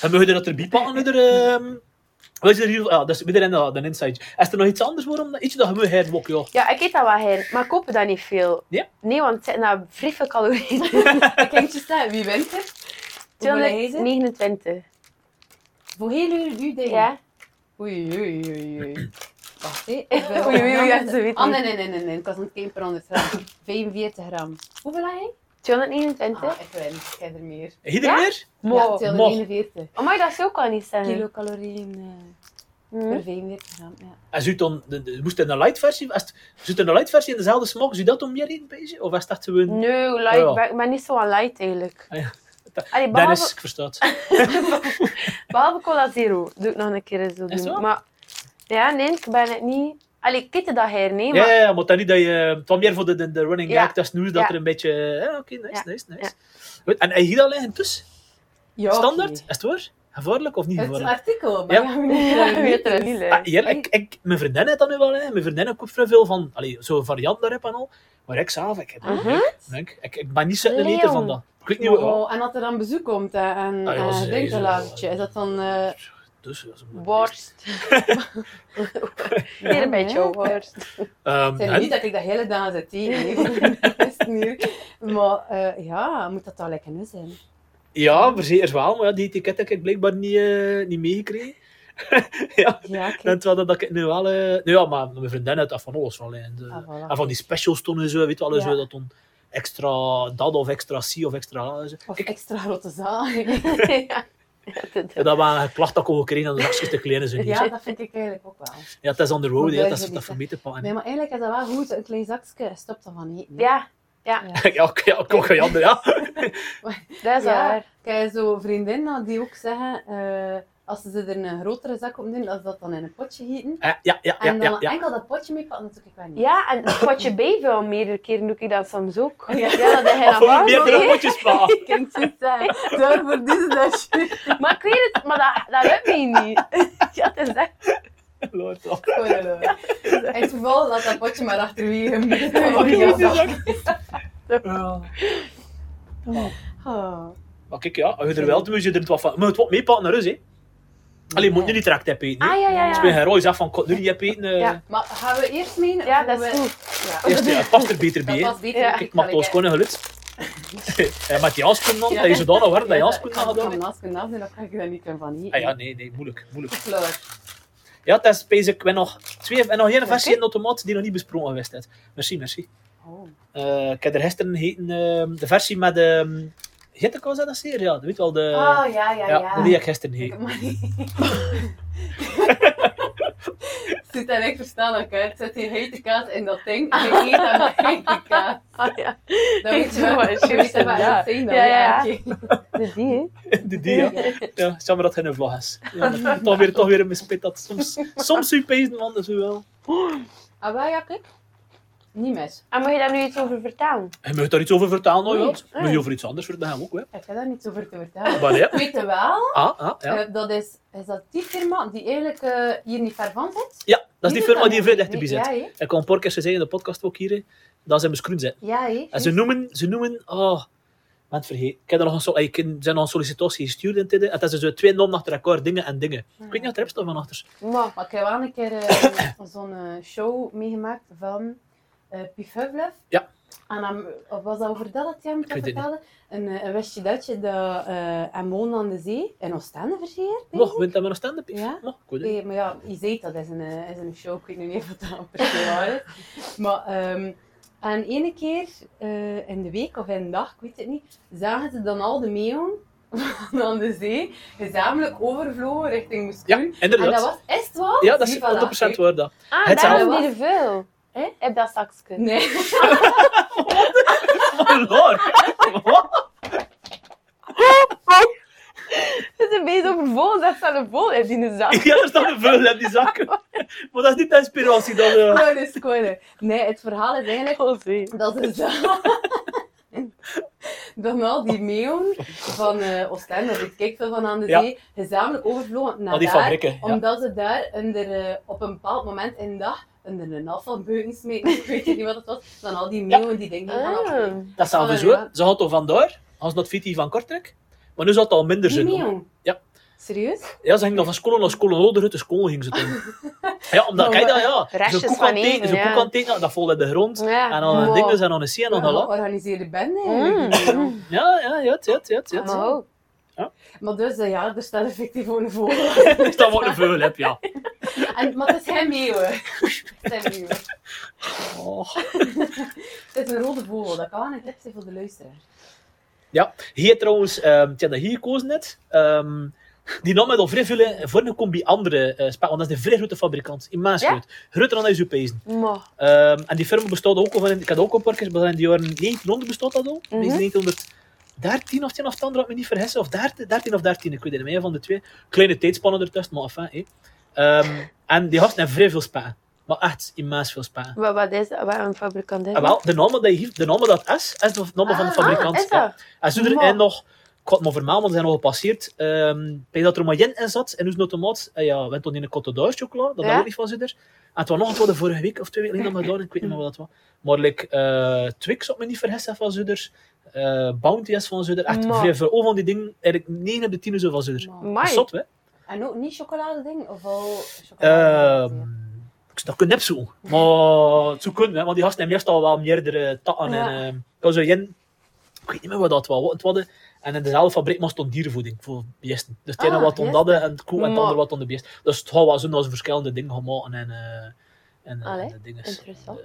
S2: En we hadden dat erbij pakken, nu er... ehm, Weet je er hier... Ja, dat is weer een, dat een inside. Is er nog iets anders waarom... Ietsje dat je me heet, ook, joh.
S1: Ja, ik eet dat wel her, maar ik koop dat niet veel.
S2: Ja?
S1: Nee, want het zijn daar vrij veel calorieën.
S3: Kijk, je staat, wie wint er? Hoeveel is het?
S1: 229.
S3: Voor heel uur duur ding.
S1: Ja?
S3: Oei, oei, oei, oei. Wacht, hé.
S1: Oei, oei, oei, ja, ze weet
S3: Oh,
S1: niet.
S3: nee, nee, nee, nee, nee. Ik was aan het kijken per 100 gram. 45 gram. Hoeveel had jij?
S1: 229?
S3: Ah, ik win. Ik heb er meer.
S2: Hier
S1: Ja?
S2: meer?
S1: Mo.
S3: Ja, 241
S1: Oh Amai, dat zou ik al niet zeggen.
S3: kilocalorieën. eh.
S1: Hm.
S3: voor veen weer gegaan. Ja.
S2: En zoet dan, de, de- moest in een light versie, als het- zoet in een light versie in dezelfde smaak, zou dat om meer reden bezig? Of was dat gewoon...
S1: Nee, light,
S2: Ah, ja.
S1: maar- maar niet zo aan light eigenlijk.
S2: Ah, ja.
S1: Allee, behalve,
S2: Dennis, ik versta het.
S1: behalve Cola Zero doe ik nog een keer zo
S2: Is het
S1: doen.
S2: waar?
S1: Maar ja, nee, ik ben het niet... Allee, ik kitte dat her, nee,
S2: Ja,
S1: maar...
S2: ja, ja, maar dan niet dat je... Het was meer voor de, de, de running
S1: Ja.
S2: gag, dat is nieuws, dat
S1: Ja.
S2: er een beetje... eh, Oké, nice,
S1: Ja.
S2: nice, nice. Goed, en heb je dat liggen tussen?
S3: Ja,
S2: Standaard?
S3: oké.
S2: Is het waar? Gevaarlijk of niet
S3: Het
S2: gevaarlijk?
S3: artikel, maar ja.
S2: Ja.
S3: we niet,
S1: Ja,
S3: eh,
S1: je weet het niet, hè.
S2: Ah, hier, ik, ik, mijn vriendin heeft dat nu wel. Hè. Mijn vriendin koopt vrij veel van allee, zo'n variant daarop en al. Maar ik zelf, ik, heb dat
S1: Mhm.
S2: niet. ik, ik, ik ben niet zitten eten
S1: Leon.
S2: van dat. Ik weet niet hoe...
S3: Oh, en dat er dan bezoek komt hè, en
S2: Ah, ja,
S3: eh,
S2: ze-
S3: drinkt
S2: ze-
S3: een laagje. Is dat dan... eh,
S2: Dus, dat is een-
S1: Worst. Hier een beetje
S3: nee.
S1: worst.
S2: Ehm,
S3: Het is
S2: en-
S3: niet dat ik dat hele dag zit eten, nee. maar eh, ja, moet dat dan lekker nu zijn?
S2: Ja, voor zeker wel, maar ja, die etiket heb ik blijkbaar niet, eh, niet meegekregen. ja,
S3: Ja, kijk.
S2: en terwijl dat, dat ik nu wel... eh, nou ja, maar mijn vriendin had dat van alles van lijn. De-
S3: Ah, voilà.
S2: En van die specials toen en zo, weet je wel, en
S3: Ja.
S2: zo, dat dan extra dat of extra C of extra A en zo.
S3: Of extra grote zaal.
S1: ja. dat-
S2: Ja, dat waren klachten dat ik ook gekregen aan de zakjes te kleine zijn. Ja.
S3: ja, dat vind ik eigenlijk ook wel.
S2: ja, het is on the road,
S3: Moet
S2: hè, dat
S3: blijven
S2: is dat voor mij te pakken.
S3: Nee, maar eigenlijk is dat wel goed. Een klein zakje stopt dan van eten. hè.
S1: ja,
S2: Ja, oké, ja, ik ook geen ander, ja.
S1: dat is
S3: Ja.
S1: waar.
S3: Ik heb zo vriendinnen die ook zeggen, eh, als ze er een grotere zak op doen, dat ze dat dan in een potje gieten.
S2: Eh, Ja, ja, ja,
S3: En dan
S2: ja. ja.
S3: enkel dat potje meepakken, dat doe ik wel niet.
S1: Ja, en een potje bijvel meerdere keren doe ik dat soms ook.
S3: Ja.
S1: Ja, dat heb je
S2: Of eh,
S1: dan wel
S2: meerdere
S1: gezien.
S2: potjes van.
S3: Ik kan het zo zeggen. Zorg voor deze dasje.
S1: Maar ik weet het, maar dat, dat lukt mij niet. Ja, dat is echt...
S2: Lord, ja.
S3: In het geval laat dat potje maar achterwege.
S2: Oh, die
S1: Ja.
S2: is die zak. Ja.
S3: Oh.
S2: Maar kijk, ja, als je er wel doet, moet je er het wat van... Maar het wat meepakken naar rust, hè. Allee, moet je niet direct hebben eten, hè.
S1: Ah, ja, ja,
S2: Als
S1: ja.
S2: je een rooi zegt van, "Kot, nu niet heb eten... eh,
S1: Ja.
S3: Maar gaan we eerst mee? of
S1: Ja,
S3: gaan
S1: dat is
S3: we-
S1: goed.
S3: Ja.
S2: Eerst, ja, het past er beter bij,
S3: Oh, Dat
S2: hè.
S3: was beter.
S1: Ja.
S3: Ik
S2: Kijk, maar het was gewoon een geluid. Eh, Met die jaskoen dan,
S3: Ja.
S2: dat je zodanig warm dat je jaskoen
S3: kan
S2: aan
S3: gedaan.
S2: gedaan.
S3: Ik kan afdoen, dan kan ik daar niet meer van hier.
S2: Ah ja, nee, nee, moeilijk, moeilijk.
S3: Fleur.
S2: Ja, dat is bezig. Ik ben nog twee, en nog één versie
S1: Oké.
S2: in de automaat die nog niet besproken geweest is. Merci, merci.
S3: Oh.
S2: Eh, ik heb er gisteren gegeten, ehm, de versie met... ehm Gittekous, dat zeer? Ja, dat weet wel, de...
S3: Oh, ja,
S2: ja,
S3: ja, ja.
S2: die heb ik gisteren
S3: Ik heb
S2: gegeten.
S3: maar niet- Zit daar echt verstaan aan elkaar. Zet die hete kaas in dat ding. En je eet aan de hete kaas.
S1: Ah, ja.
S3: Dan weet
S1: Ik
S3: je wel.
S1: doe het,
S3: Je weet wel
S1: ja.
S3: het zijn dan.
S1: Ja, ja,
S3: oké.
S1: Dus die, hè.
S2: De die, ja. Ja, jammer dat hij een vlog is. Ja, maar toch, weer, toch weer een mispit dat soms... Soms uw pezen, man, dat is wel...
S3: Ah, wel, ja, kijk. Niet mis.
S1: En mag je daar nu iets over vertellen?
S2: Je mag daar iets over vertellen, hoor.
S3: Nee.
S2: Jans. Mag je over iets anders vertellen ook, hè.
S3: Ik heb daar niets over te vertellen.
S2: Maar ja.
S3: Weet je wel?
S2: Ah, ah, ja.
S3: eh, dat is, is dat die firma die eigenlijk eh, hier niet ver van zit?
S2: Ja, dat is die firma die vrij
S3: vrij
S2: dichterbij zit. Ik kan een paar keer zeggen in de podcast ook hier, hè, dat ze in mijn screen zitten.
S3: Ja, hè.
S2: En ze noemen, ze noemen, oh, ik ben het vergeten. Ik heb er nog een, sol- ik ken- zijn nog een sollicitatie gestuurd in tijden. En dat ze zo twee namen achter elkaar, dingen en dingen. Ik weet niet wat er is van achter.
S1: Maar,
S3: Maar ik heb wel een keer eh, zo'n eh, show meegemaakt van eh Pief Hublef.
S2: Ja.
S3: En dan, of was dat over dat dat jij hem
S2: weet het niet.
S3: vertelde? Een, eh, een westje datje dat eh en Moon aan de Zee in Oostende verzeerd.
S2: Nog, wint dat maar nog stand-up?
S3: Ja. Eh,
S2: Nog, ik weet het niet.
S3: Nee, maar ja, je ziet dat is een, eh, is een show. Ik weet nu niet of dat per se waar is. Maar ehm, en ene keer eh, in de week of in de dag, ik weet het niet, zagen ze dan al de meeuwen van aan de zee gezamenlijk overvlogen richting Moeskroen.
S2: Ja, inderdaad.
S3: en Ah, dat was, is het wat?
S2: ja, dat is
S3: Zie,
S2: 100%
S3: voilà, kijk.
S2: waar dat.
S1: ah,
S2: Het
S1: daarom
S3: zou-
S1: deed je veel.
S3: Hè?
S1: Heb dat zakje.
S3: Nee.
S2: Oh, Lord. Wat?
S1: Ze zijn bezig over vol, dat staat een vol in die zak.
S2: Ja, er staat een vuil in die zakken. Maar dat is niet de inspiratie. Dat, eh,
S3: Scoren, scoren. Nee, het verhaal is eigenlijk
S1: Oh, zie.
S3: dat is dan al die meeuwen van eh Oostende, of ik kijk veel van aan de
S2: Ja.
S3: zee, gezamenlijk overvlogen naar
S2: Al Oh, die
S3: daar,
S2: fabrieken, ja.
S3: omdat ze daar onder, eh, op een bepaald moment in de dag onder een afvalbeuken smeten, ik weet niet wat het was, dan al die meeuwen die dingen gaan afvalbeuken.
S1: Ah.
S2: dat is zelfs
S3: Oh,
S2: zo.
S3: ja.
S2: Ze had al vandaar, als dat Viti van Kortrijk. Maar nu zal het al minder
S3: Die
S2: zijn. hoor.
S3: meeuwen?
S2: Ja.
S3: Serieus?
S2: Ja, ze gingen dan van school naar school, naar de rutte school gingen ze toen. Ja, omdat,
S3: Maar
S2: kijk dat, ja.
S1: Oh, eh, restjes
S2: Zo'n koek
S1: van
S2: aan het eten,
S1: eten,
S2: zo'n
S1: ja.
S2: koek aan het eten, dat vol in de grond.
S1: Ja.
S2: En dan een
S3: Wow.
S2: ding, dus en dan een C en dan een
S3: Een
S2: la.
S3: georganiseerde bende eigenlijk,
S1: Ah.
S3: die meeuwen.
S2: Ja, ja, ja, ja, ja, ja.
S1: Maar ook.
S3: Maar dus, eh, ja, er staat effectief gewoon een vogel.
S1: Oh.
S2: Dus dat wordt een vuil, heb ja.
S3: En, maar het is geen meeuwen. Het zijn meeuwen.
S2: Oh.
S3: Het is een rode vogel, dat kan een tip zijn voor de luisteraar.
S2: Ja, hier trouwens, ehm, tja, dat hier gekozen net. ehm, Die nam met al vrij veel eh, voor een combi andere eh spel, want dat is een vrij grote fabrikant, immens
S1: Ja?
S2: groot. Groter dan de Europezen.
S1: Maar,
S2: Ehm, en die firma bestond ook al van, ik had ook een paar keer, maar in de jaren 1900 bestond dat al.
S1: Mhm.
S2: Deze 1913 of het een of het ander, had me niet vergissen. Of 13, 13 of 13, ik weet het niet meer van de twee. Kleine tijdspannen ertussen, maar enfin. hé. Ehm, en die gasten hebben vrij veel spaar. Maar echt immens veel spaar.
S1: wat, wat is dat? Wat een fabrikant is
S2: En Ah, wel, de namen die hier, de namen dat is, is de namen van de fabrikant.
S1: Ah, is
S2: Ja.
S1: dat?
S2: En zo er
S1: Maar-
S2: en nog, ik had het maar vermaal, want ze zijn nog gepasseerd. Ehm, Ik denk dat er maar jen in zat, en hoe automaat. En ja, we hebben toen in een Cote d'Or chocola, dat
S1: Ja.
S2: ja. ook niet van zit er. En het was nog wat de vorige week of twee weken geleden dat we dat hadden, ik weet niet meer wat dat was. Maar like, eh, Twix, op me niet vergissen, van Zuider. eh Bounty is van Zuider. Echt
S1: Maar-
S2: vrij veel. Al van die dingen, eigenlijk 9 op de 10 is zo van Zuider.
S1: Amai.
S2: Zot, hè?
S3: En ook niet chocoladeding? Of wel chocolade?
S2: Ehm, ik zou dat kunnen opzoeken. Maar het zou kunnen, hè, want die gasten hebben meestal wel meerdere takken.
S3: Ja.
S2: En, ehm, ik was zo in, ik weet niet meer wat dat was. Wat het was. En in dezelfde fabriek was stond dierenvoeding voor beesten. Dus het ene
S3: Ah,
S2: wat om dat en het koe en het
S1: Maar-
S2: andere wat om de beest. Dus het was zo dat ze verschillende dingen gemaakt en, eh, en, eh,
S1: Allee,
S2: en de dingen.
S1: interessant.
S2: Eh,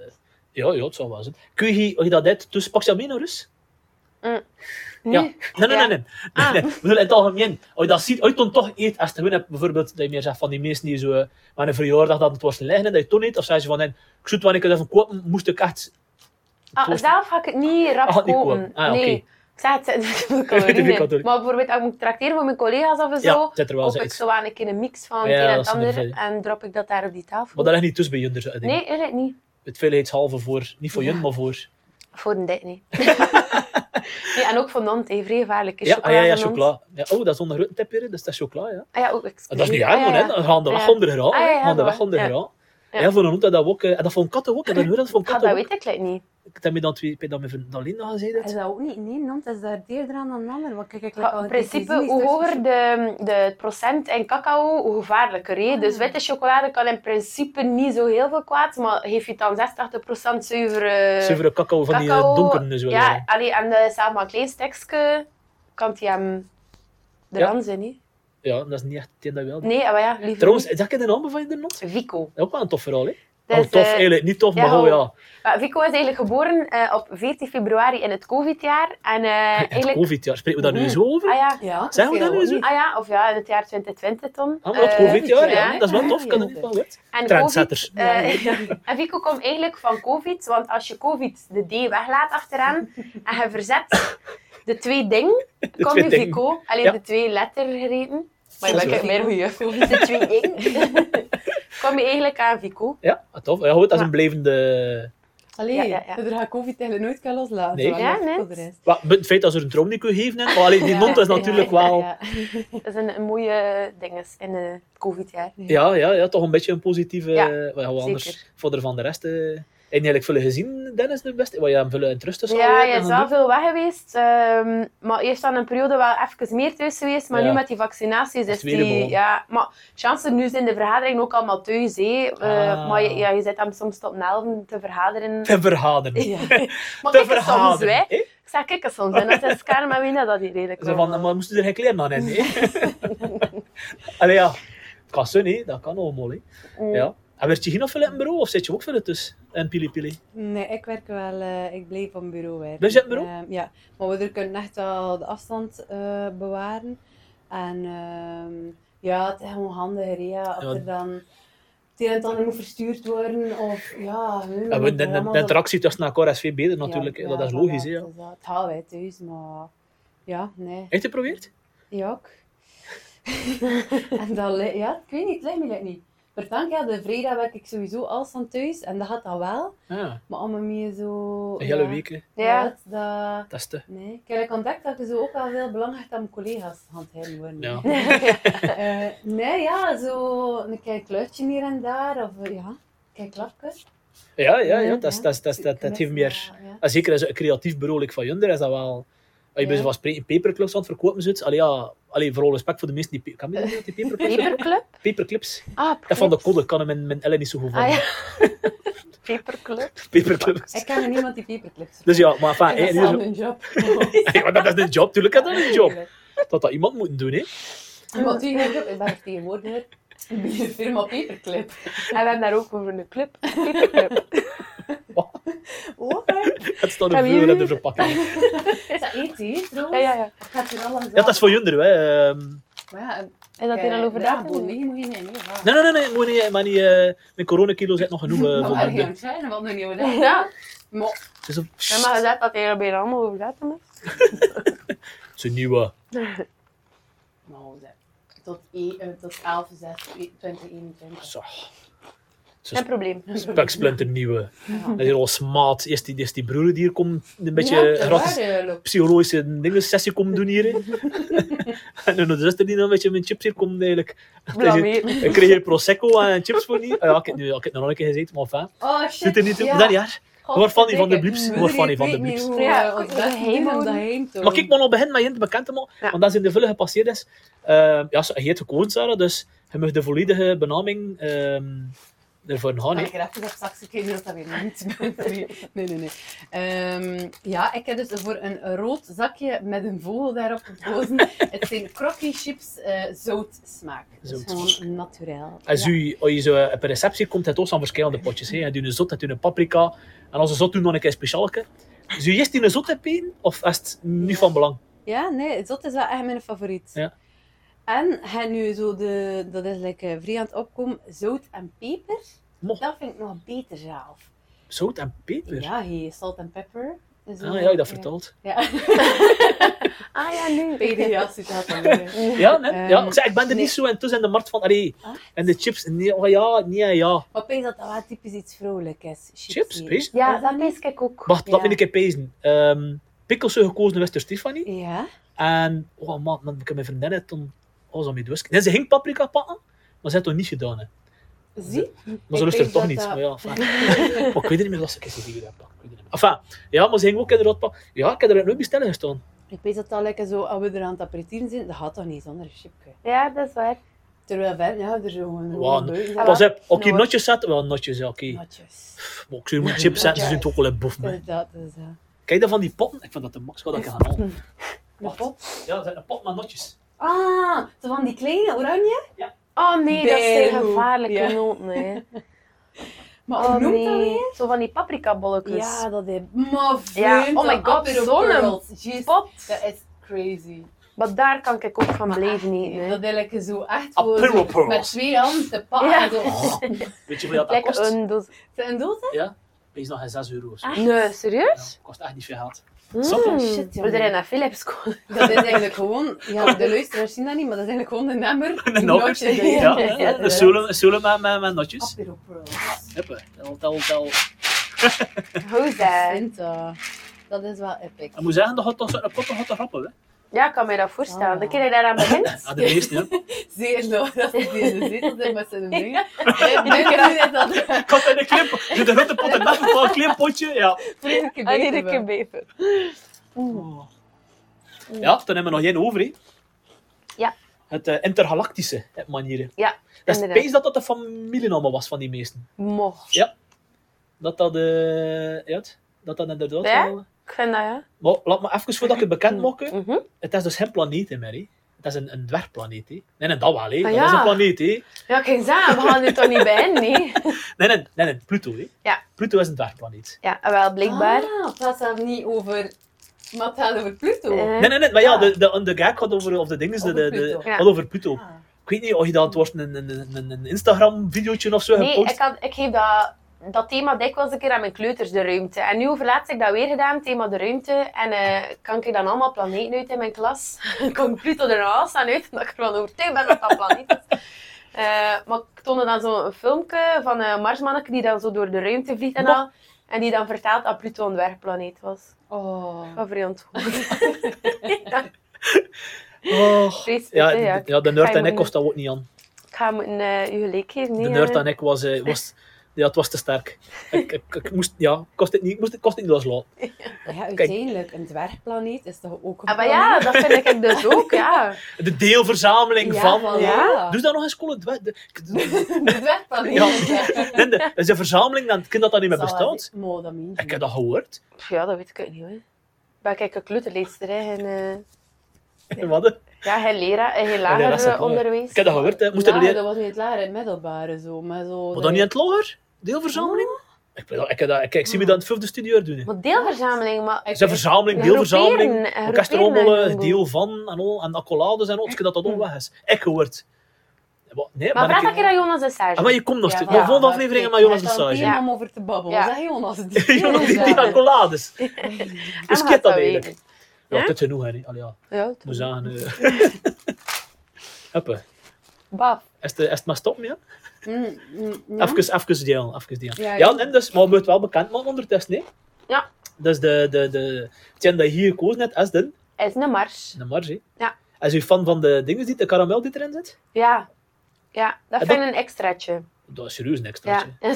S2: ja, ja, het zou wel zijn. Kun je, als je dat deed, tussen pak je dat mee naar Rus? Ja.
S1: Nee.
S2: Nee, nee,
S1: Ja.
S2: nee. nee.
S1: Ah.
S2: nee. nee. Ik bedoel, in het algemeen. Als je dat ziet, als je dan toch eet, als je gewoon hebt, bijvoorbeeld, dat je meer zegt van die mensen die zo eh, met een verjaardag dat het was liggen en dat je toen eet, of zei ze van, nee, ik zoet wanneer ik het even kopen, moest ik echt...
S1: Ah,
S2: Toast-
S1: zelf ga ik het niet rap
S2: Ah, het niet
S1: kopen.
S2: kopen. Ah,
S1: nee.
S2: oké.
S1: Ik zei het, het zijn
S2: Te veel
S1: calorieën.
S2: calorieën.
S1: Maar bijvoorbeeld, als ik moet tracteren voor mijn collega's of
S2: Ja,
S1: zo,
S2: het zit er wel
S1: koop ik
S2: zoiets.
S1: zo aan een keer een mix van het
S2: Ja,
S1: een en
S2: dat
S1: het
S2: is een
S1: ander
S2: idee.
S1: en drop ik dat daar op die tafel.
S2: Maar dat ligt niet tussen bij Junder, zo, ik denk.
S1: nee, is het niet.
S2: Het veiligheidshalve voor, niet voor Jun, maar voor...
S1: Voor een date, nee. nee. En ook fondant, hè. vrij gevaarlijk. Is
S2: Ja, ah, ja, ja,
S1: fondant.
S2: chocola. Ja, oh, dat is onder grote tip hier, dus dat is chocola, ja.
S1: Ah, ja, ook,
S2: Dat is niet
S1: aan,
S2: erg, man, hè. Dan gaan de weg
S1: Ja.
S2: onder geraken,
S1: Ah, ja,
S2: hè.
S1: ja,
S2: gaan de weg
S1: maar,
S2: onder
S1: ja.
S2: geraken.
S1: Ja.
S2: Ja, voor een hond dat dat ook... eh, En dat vond katten ook, en dat hoor dat van
S1: Ah,
S2: katten
S1: dat
S2: ook.
S1: weet ik like, niet.
S2: Ik heb me dat twee- ik heb dat met vriendin Alinda gezegd.
S1: Eh,
S3: Is dat ook niet? Nee, Nant is daar eerder aan dan ander. Want kijk, ik
S1: Ja, in principe, hoe
S3: dus
S1: hoger de, de het procent in cacao, hoe gevaarlijker. Hè? Dus witte chocolade kan in principe niet zo heel veel kwaad, maar geef je dan 86% zuivere
S2: Zilveren cacao van die eh,
S1: cacao,
S2: donkere is wel.
S1: Ja, allee, en de, samen maar een klein stekje kan die hem de
S2: Ja.
S1: rand zijn. hè?
S2: Ja, dat is niet echt hetgeen dat je wil.
S1: Nee, ah, maar ja, liever
S2: Trouwens, zeg je de naam van je de not?
S1: niet. Vico.
S2: Ook wel een tof verhaal, hè?
S1: Dus,
S2: oh, tof,
S1: eh,
S2: eigenlijk. Niet tof,
S1: ja,
S2: maar oh
S1: gewoon-
S2: ja.
S1: ja, Vico is eigenlijk geboren eh, op 14 februari in het COVID-jaar. En eh,
S2: Het
S1: eigenlijk...
S2: covid, ja. Spreken we daar nu
S1: Mm.
S2: zo over?
S1: Ah ja,
S3: Ja,
S2: Zijn we
S3: dat
S2: daar nu
S3: is
S2: zo?
S3: heel-
S1: ah ja, of ja, in het jaar 2020 dan.
S2: Ah, maar dat
S1: Eh,
S2: covid, ja, ja.
S1: ja.
S2: Dat is wel tof, ik kan
S3: Ja,
S2: het niet van weten.
S1: En
S2: Trendsetters.
S1: COVID, eh, en Vico komt eigenlijk van COVID, want als je COVID de D weglaat achteraan en je verzet de twee dingen, komt
S2: twee
S1: je
S2: dingen.
S1: Vico. Alleen
S2: Ja.
S1: de twee lettergrepen. Maar
S2: Dat
S1: je
S2: is
S1: bent
S2: waar.
S1: meer goeie juffrouw, dus de twee dingen. kom je eigenlijk aan Vico.
S2: Ja, ah, tof. Ja, goed, dat is
S1: Maar-
S2: een blevende...
S3: Allee,
S1: Ja, ja, ja.
S3: daar ga ik COVID eigenlijk nooit kunnen loslaten.
S2: Nee.
S3: zolang
S1: Ja,
S3: dat
S1: net.
S3: voor de rest.
S2: Wat, het feit dat ze er een droom niet kunnen geven, hè. maar alleen die
S3: Ja,
S2: non is
S3: ja,
S2: natuurlijk
S3: ja,
S2: wel...
S3: ja.
S1: Dat is een, een mooie dinges in het COVID-jaar.
S2: Ja, ja, ja, toch een beetje een positieve...
S1: Ja,
S2: eh, wat gaan we anders
S1: zeker.
S2: voor de van de rest... eh, En eigenlijk vullen gezien, Dennis, de beste. Wat jij hem vullen in trust is
S1: Ja, je is wel veel weg geweest. ehm, maar eerst aan een periode wel even meer thuis geweest. Maar
S2: Ja.
S1: nu met die vaccinaties
S2: Dat
S1: is
S2: is weer
S1: die...
S2: gewoon.
S1: Ja, maar chansen nu zijn de vergaderingen ook allemaal thuis. Hè. Eh,
S2: Ah.
S1: Maar je, ja, je zit dan soms tot elf te vergaderen.
S2: Te verhaderen.
S3: Ja.
S1: maar
S2: Te
S1: kijk eens soms,
S2: verhaderen.
S1: hè.
S2: hè.
S1: Ik zeg kijk eens soms. En dat is Karen en Wina dat die redelijk
S2: Zo van,
S1: wel-
S2: maar moest je er geen kleren aan hebben? hè? Allee ja, het kan zo niet, dat kan allemaal. Hè.
S1: Mm.
S2: Ja. En werd je hier nog veel in het bureau of zit je ook veel tussen? En pili pili.
S3: Nee, ik werk wel, eh, ik blijf op bureau werken.
S2: Blijf je op bureau?
S3: Ehm, ja, maar we kunnen echt wel de afstand eh, bewaren. En ehm, ja, het is gewoon handiger, ja, als
S2: Ja.
S3: er dan het een en het ander moet verstuurd worden of ja... nee,
S2: En we-
S3: moet
S2: de, de-
S3: allemaal
S2: de
S3: zo-
S2: interactie tussen elkaar is veel beter
S3: Ja,
S2: natuurlijk, hè.
S3: ja,
S2: dat is
S3: voilà,
S2: logisch. hè, ja.
S3: het is dat. Het halen wij thuis, maar ja, nee,
S2: Heeft je geprobeerd?
S3: ja ook. en dan, li- ja, ik weet niet, het lijkt me like niet. Vertank, ja, de vrijdag werk ik sowieso alles aan thuis en dat gaat dan wel.
S2: Ja,
S3: Maar om hem hier zo...
S2: een hele
S3: ja.
S2: week, hè.
S1: Ja.
S3: Ja, dat...
S2: dat is te.
S3: Nee, ik heb ontdekt dat je zo ook wel veel belang hecht aan mijn collega's handheilen worden.
S2: Ja.
S3: Eh, nee, ja, zo een klein kluitje hier en daar, of eh, ja, een klein klapje.
S2: Ja, ja, ja,
S3: Ja,
S2: dat, is-
S3: ja.
S2: dat, is- dat, is- dat, dat heeft meer...
S3: Ja, ja.
S2: En zeker als een creatief bureau like van Junder is dat wel... Als je
S3: Ja.
S2: bij zo'n spreken paperclips aan het verkopen zit, allee ja, allee, vooral respect voor de mensen die... pa- Kan je dat, die paperclips?
S1: Paperclub?
S2: paperclips?
S1: Ah,
S2: Dat van de code kan hem in mijn Ellen niet zo goed van.
S1: Ah, ja. Paperclub?
S2: Paperclips.
S3: Ik ken er niemand die paperclips
S2: Dus ja, maar enfin,
S3: dat
S2: hè,
S3: is
S2: dit is-
S3: wel mijn job.
S2: Ja, maar dat is een job, tuurlijk is dat een job. Dat dat iemand moet doen, hè.
S3: Wat doe je nou job? Ik ben vertegenwoordiger bij de firma Paperclip.
S1: En we hebben daar ook over een club. Paperclub.
S3: Oh,
S2: Het staat
S1: Gaan
S2: een
S1: we
S2: vleur
S1: hier-
S2: in de verpakking.
S3: is dat eten,
S1: Ja, ja, ja.
S3: Ik ga het hier al langs
S2: Ja, dat is voor Junder, hè. Ehm,
S3: Maar ja, eh,
S1: Is dat hier al over
S3: Ja,
S1: dat?
S3: boven mee moet je niet in. ja.
S2: Nee, nee, nee, nee, moet niet, maar niet, eh, mijn coronakilo zit nog genoeg. eh,
S3: Maar
S2: voor
S3: waar
S2: mijn
S3: ga
S2: ding.
S3: je het zijn? Wat doen we
S1: Ja.
S3: dan? Ja. Maar
S2: Het is een-
S1: Ja, maar je zei dat hier al bijna allemaal over dat
S2: Dus
S1: is.
S2: het is een nieuwe.
S3: Nou, zeg. Tot e- eh, tot e- 11, 6, 2021.
S2: Zo.
S1: Geen probleem.
S2: Speksplinter nieuwe. Dat is hier al smaad. Eerst die, eerst die broer die hier komt, een beetje
S3: Ja,
S2: gratis
S3: waar, eh, loopt.
S2: psychologische dingen sessie komt doen hier. hè. en dan de zuster die dan een beetje mijn chips hier komt eigenlijk.
S1: Blameer.
S2: Ik kreeg hier prosecco en chips voor niet. Ah ja, ik heb nu ik heb het nog nooit gezeten, maar fijn.
S3: Oh shit.
S2: Zit er niet op.
S3: ja.
S2: Daar ja. Hoor Fanny van de Blips,
S3: Mm,
S2: hoor Fanny van de
S3: ik weet
S2: Blips.
S3: niet hoe,
S1: Ja,
S3: eh,
S1: ik
S3: ons
S1: weet
S3: best
S1: niet
S3: doen
S1: hoe.
S3: om daarheen te
S2: Maar kijk, maar al begin met je te bekend te maken,
S1: Ja.
S2: want dat zijn de vullen gepasseerd is. Eh, ja, ze- je hebt gekozen, Sarah, dus je mag de volledige benaming ehm ervoor gaan.
S3: Kan
S2: hè.
S3: ik er even op straks een keer doen dat dat weer niet bent? Oh, Nee, nee, nee. Ehm, ja, ik heb dus voor een rood zakje met een vogel daarop gekozen. Het zijn crocky chips eh zout smaak. Dus
S2: Zout
S3: gewoon naturel.
S2: Als,
S3: Ja.
S2: u, als je zo op een receptie komt, het ook aan verschillende potjes. Hè. Je doet een zot, je doet een paprika. En als een zot doet, nog een keer speciaal. Dus je eerst in een zot hebt één, of is het niet
S3: Ja.
S2: van belang?
S3: Ja, nee, dat is wel echt mijn favoriet.
S2: Ja.
S3: En hij nu zo de, dat is lekker vrij aan het opkomen, zout en peper.
S2: Mo.
S3: Dat vind ik nog beter zelf.
S2: Zout en peper?
S3: Ja, hier, salt en pepper. Zo,
S2: Ah, ja, dat verteld.
S3: Ja,
S1: Ah ja, nu.
S3: pediastisch had dat weer.
S2: Ja, nee?
S3: Ehm,
S2: ja, ik, zeg, ik ben er
S3: nee.
S2: niet zo en tussen in de markt van, allee,
S3: Ah.
S2: en de chips, nee, oh ja, nee, ja.
S3: Maar ik denk dat dat wel typisch iets vrolijk is. Chips?
S2: Chips,
S3: hier.
S2: pees?
S1: Ja, dat is ik ook.
S2: Wacht, laat
S3: Ja.
S2: me een keer pezen. Ehm Pickles zijn gekozen Wester Stefanie.
S3: Ja.
S2: En, oh man, dan heb ik mijn vriendin het toen, oh, zo met dusk. Nee, ze ging paprika pakken, maar ze had het nog niet gedaan. Hè.
S3: Zie?
S2: Maar ze
S3: Ik
S2: lust er toch
S3: weet dat
S2: niet.
S3: dat-
S2: Maar ja, enfin. maar ik weet het niet meer lastig is die heb pakken. Ik weet het niet meer. Enfin, ja, maar ze ging ook inderdaad pakken. Ja, ik heb er nooit bestellen gestaan.
S3: Ik weet dat dat lekker zo, als we er aan het aperitieren zijn, dat gaat toch niet zonder een chipje.
S1: Ja, dat is waar.
S3: Terwijl verder, ja, er zo gewoon
S2: Wow,
S3: gewoon
S2: nou,
S3: buiten
S1: Ja,
S2: Pas
S3: zijn.
S2: op, ook hier
S1: nooit.
S2: notjes zetten. Wel, notjes, ja, oké.
S3: Notjes.
S2: Maar ik zou je moet chips zetten, ze zijn toch wel een boef,
S3: Dat
S2: man.
S3: is dat, dat is eh, dat.
S2: Kijk dan van die potten. Ik vind dat de max wat ik ga halen.
S3: De pop.
S2: Ja, dat zijn een pot met notjes.
S3: Ah, zo van die kleine oranje?
S1: Oh nee, dat zijn
S3: Bijlo.
S1: gevaarlijke
S3: Ja.
S1: noten. Hè.
S3: Maar
S1: Oh
S3: hoe noemt dat
S1: nee.
S3: weer?
S1: Zo van die paprikabolletjes.
S3: Ja, dat is... Maar
S1: Ja,
S3: vreemd,
S1: oh my
S3: dat
S1: god,
S3: Aperol
S1: zo'n
S3: Pearls. Jeez,
S1: Pot.
S3: Dat is crazy.
S1: Maar daar kan ik ook van blijven
S3: niet.
S1: eten. Hè.
S3: Dat is lekker zo echt
S2: Aperol
S3: gewoon zo met
S2: Pearls.
S3: twee handen te pakken.
S1: Ja.
S3: en zo. Is
S2: Weet je hoeveel dat
S1: Lekker
S2: kost?
S1: een doos.
S3: het een doos? hè?
S2: Ja, wees nog geen 6 euro. of zo.
S3: Ah.
S1: Nee, serieus?
S2: Ja, kost echt niet veel geld.
S1: Mm.
S2: Sappel.
S3: Shit, jongen.
S1: We zijn naar Philips gekomen.
S3: Dat is eigenlijk gewoon, ja, de luisteraars zien dat niet, maar dat is eigenlijk gewoon een emmer.
S2: Een notjes. Ja,
S1: Ja,
S2: ja, een zullen- een zullen met- met- met notjes.
S3: Aperol Pearls.
S2: Huppe, tel, tel, tel.
S1: Hoe is
S3: Ik
S1: dat?
S3: vind dat- Dat is wel epic.
S2: Ik Ah, moet zeggen, dat gaat toch zo'n pot, dat gaat toch grappig, hè?
S1: Ja, ik kan mij dat voorstellen.
S3: Ah.
S1: De keer dat je daaraan begint.
S2: Ja, de meeste, hè.
S3: Zeer low dat ze deze zetel zijn met zijn dingen. Ik denk dat dat
S2: Ik had in een klein pot- in de grote pot en dat een klein potje. Ja.
S3: een keer
S1: Ah, nee,
S3: beter
S1: dat kan
S3: wel.
S1: beter.
S2: ja, dan hebben we nog één over. hè.
S1: Ja.
S2: Het eh, intergalactische eh, manieren.
S1: Ja,
S2: Dat is
S1: inderdaad.
S2: pees dat dat de familie allemaal was van die meesten.
S1: Mocht.
S2: Dat dat, eh ja, het- dat dat inderdaad
S1: Ja?
S2: wel-
S1: Ik vind dat, ja.
S2: Maar laat me even voordat ik het bekend maak.
S1: Mhm.
S2: Het is dus geen planeet, hè, Mary. Het is een, een dwergplaneet. Hè. Nee, nee, dat wel. Hè.
S1: Ah,
S2: dat
S1: ja.
S2: is een planeet. Hè.
S1: Ja, kijk eens aan. We gaan dit toch niet bij nee?
S2: Nee, nee, nee, nee, Pluto. Hè.
S1: Ja.
S2: Pluto is een dwergplaneet.
S1: Ja, wel, blijkbaar.
S3: Ah, het gaat zelfs niet over... Maar het gaat over Pluto.
S1: Eh,
S2: Nee, nee, nee, maar ja,
S3: Ja.
S2: de, de, de gag gaat over, of de ding is, de, de,
S3: Over
S2: de,
S3: Pluto.
S1: Ja.
S2: gaat over Pluto.
S3: Ah.
S2: Ik weet niet of je dat wordt een, een, een, een Instagram-videootje of zo
S1: Nee,
S2: gepost.
S1: ik, had, ik geef dat, dat thema dikwijls een keer aan mijn kleuters, de ruimte. En nu overlaatst ik dat weer gedaan, thema de ruimte. En eh, kan ik dan allemaal planeten uit in mijn klas? kan Pluto er al staan uit, omdat ik ervan overtuigd ben dat dat planeet is. Eh, maar ik toonde dan zo'n filmpje van een marsmanneke die dan zo door de ruimte vliegt en al. En die dan vertelt dat Pluto een dwergplaneet was.
S3: Oh.
S1: Wat vrij onthoofd.
S2: Oh.
S1: Vreselijk,
S2: Ja,
S1: hè,
S2: d-
S1: ja.
S2: ja, de
S1: Ga
S2: nerd
S1: je
S2: en ik was
S1: moeten-
S2: dat ook niet aan.
S1: Ik ga moeten eh, u gelijk geven.
S2: De
S1: nee,
S2: nerd
S1: eh.
S2: en ik was, eh, was, ja, het was te sterk. Ik, ik, ik moest, ja, ik kost het niet, ik moest, ik kost het niet loslaten.
S3: Oh, Ja, uiteindelijk, een dwergplaneet is toch ook een
S1: Ah, maar ja, dat vind ik dus ook, ja.
S2: De deelverzameling
S3: Ja,
S2: van.
S3: voilà.
S1: Ja.
S2: Doe dat nog eens cool. De, de, de,
S3: planeet? Een dwergplaneet.
S2: Ja.
S3: Ja.
S2: de, dat is een verzameling, dan kan dat dan niet meer
S3: Zal
S2: bestaat.
S3: het- Maar dat meen je
S2: Ik heb dat gehoord.
S1: Pff, Ja, dat weet ik ook niet hoor. Maar kijk, een kleuterleidster hè, en eh,
S2: Wat, hè?
S1: ja, geen leraar en geen
S2: Ja, dat is
S1: lager
S2: het,
S1: eh,
S2: hoor.
S1: onderwijs.
S2: ik heb dat gehoord. Hè. Moest
S3: ja,
S2: er leren-
S3: dat was niet het lager, het middelbare zo. Maar zo
S2: Maar dan
S3: de-
S2: niet aan het lager? Deelverzameling? Ik, ben al- ik, heb dat- ik, ik zie me dat in het vijfde studiejaar doen. hè.
S1: Maar deelverzameling, maar...
S2: Het is een verzameling,
S1: Groeperen,
S2: deelverzameling.
S1: eh,
S2: Ik heb er
S1: groeperen
S2: allemaal
S1: en
S2: eh,
S1: zo.
S2: deel van en al, en accolades en alles, dat dat al weg is. Ik gehoord. Wat? Nee,
S1: Maar vraag
S2: ik-
S1: dat keer aan Jonas de Sage.
S2: Ah, maar je komt nog
S3: Ja,
S2: steeds.
S3: voilà,
S2: Mijn volgende
S3: maar
S2: afleveringen met
S3: kijk,
S2: Jonas de
S3: het is al
S2: Sage.
S3: een
S1: Ja.
S3: thema om over te babbelen.
S1: Ja.
S3: Zeg Jonas, die
S2: Jonas die, die
S3: Ja.
S2: accolades. Dus
S1: gaat
S2: kent dat
S1: dat
S2: eigenlijk.
S1: weten.
S2: Ja,
S1: Ja?
S2: dit genoeg, hè. Allee, ja.
S1: Ja,
S2: Moet zeggen. eh. Huppe.
S1: Baf.
S2: Is het, is het maar stoppen, ja?
S3: Mm, mm, ja.
S2: Even, even delen, even delen. Ja,
S3: Ja, ja.
S2: en dus, maar we moeten het wel bekend maken ondertussen, hè?
S1: Ja.
S2: Dus de, de, de, hetgeen dat je hier gekozen hebt, is dan
S1: Is een mars.
S2: een marge, hè?
S1: Ja.
S2: Is u fan van de dingen die, de karamel die erin zit?
S1: Ja. Ja, dat
S2: En
S1: vind ik een extraatje.
S2: Dat is serieus een extraatje.
S1: Ja.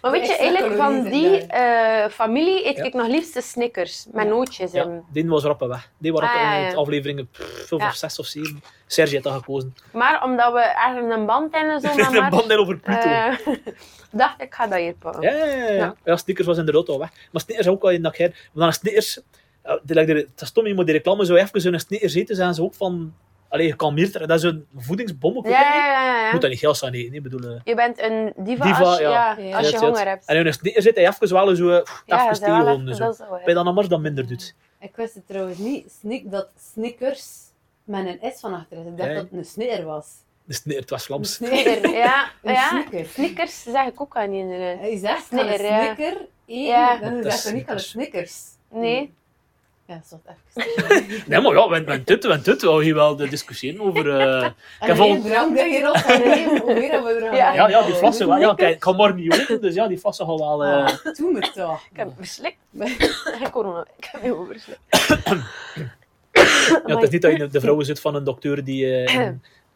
S1: maar weet je,
S3: Extra
S1: eigenlijk van
S3: calorieën
S1: die
S3: zijn
S1: eh, familie eet
S2: Ja.
S1: ik nog liefst de Snickers met
S3: Ja.
S1: nootjes
S2: Ja,
S1: in.
S2: die was rap weg. Die waren
S1: Ah, ja,
S2: in
S1: ja.
S2: het afleveringen pff, vijf
S1: Ja.
S2: of zes of zeven. Serge had dat gekozen.
S1: Maar omdat we eigenlijk een band hebben en zo met
S2: een
S1: Mars,
S2: band in over Pluto.
S1: eh, dacht ik, ga dat hier pakken.
S2: Ja, ja, ja, ja.
S1: Ja.
S2: Ja, sneakers was inderdaad al weg. Maar sneakers ook al in dat her. Maar dan sneakers, ja, die lijkt er- het is stom, je moet die reclame zo even zo'n sneakers eten, zijn ze ook van, allee, gekalmeerd, dat is een voedingsbom. Ik weet
S1: Ja,
S2: het niet.
S1: ja, ja, ja.
S2: Moet dat niet geld zijn eten, nee, bedoel. eh,
S1: Je bent een diva,
S2: Diva,
S1: als,
S2: ja.
S1: ja,
S3: Ja,
S1: als je
S2: dat-
S1: honger
S2: dat-
S1: hebt.
S2: En in een sneakers zit hij even wel zo, eh, pff,
S1: ja,
S2: even dus,
S1: dat is wel
S2: steeghouden en
S1: echt-
S2: zo.
S1: dat is wel echt.
S2: Bij dan anders dat minder doet.
S3: mm. Ik wist het trouwens niet snik, dat Snickers met een S van achter is. Ik dacht
S2: Nee.
S3: dat het een sneer was.
S2: De sneer, het was
S3: Een
S2: Vlaams.
S3: sneer.
S1: Ja,
S3: Een
S1: ja.
S3: snicker.
S1: Snickers zeg ik ook aan iedereen.
S3: Is dat een
S1: Sneer, ja.
S3: snicker? Eten?
S1: Ja.
S3: Dan
S2: Dat
S3: is dat
S2: is
S3: toch niet alle
S2: Snickers.
S3: snickers? Mm.
S1: Nee.
S3: Ja, dat is wat even.
S2: Nee, maar ja, we hebben dit, we hebben dit. We gaan hier wel eh, discussiëren over... eh,
S3: En
S2: vol-
S3: dan drank dat hier op en dan hoe weer dat we er
S1: Ja.
S2: Ja, ja, die flessen wel. Ja, kijk, ik kan morgen niet open, dus ja, die flessen gaan wel...
S1: Oh,
S2: eh,
S3: Doe me toch.
S1: Ik heb het verslikt. Corona. Ik heb het overslikt.
S2: Ja, het is niet dat je de vrouwen zit van een dokter die eh,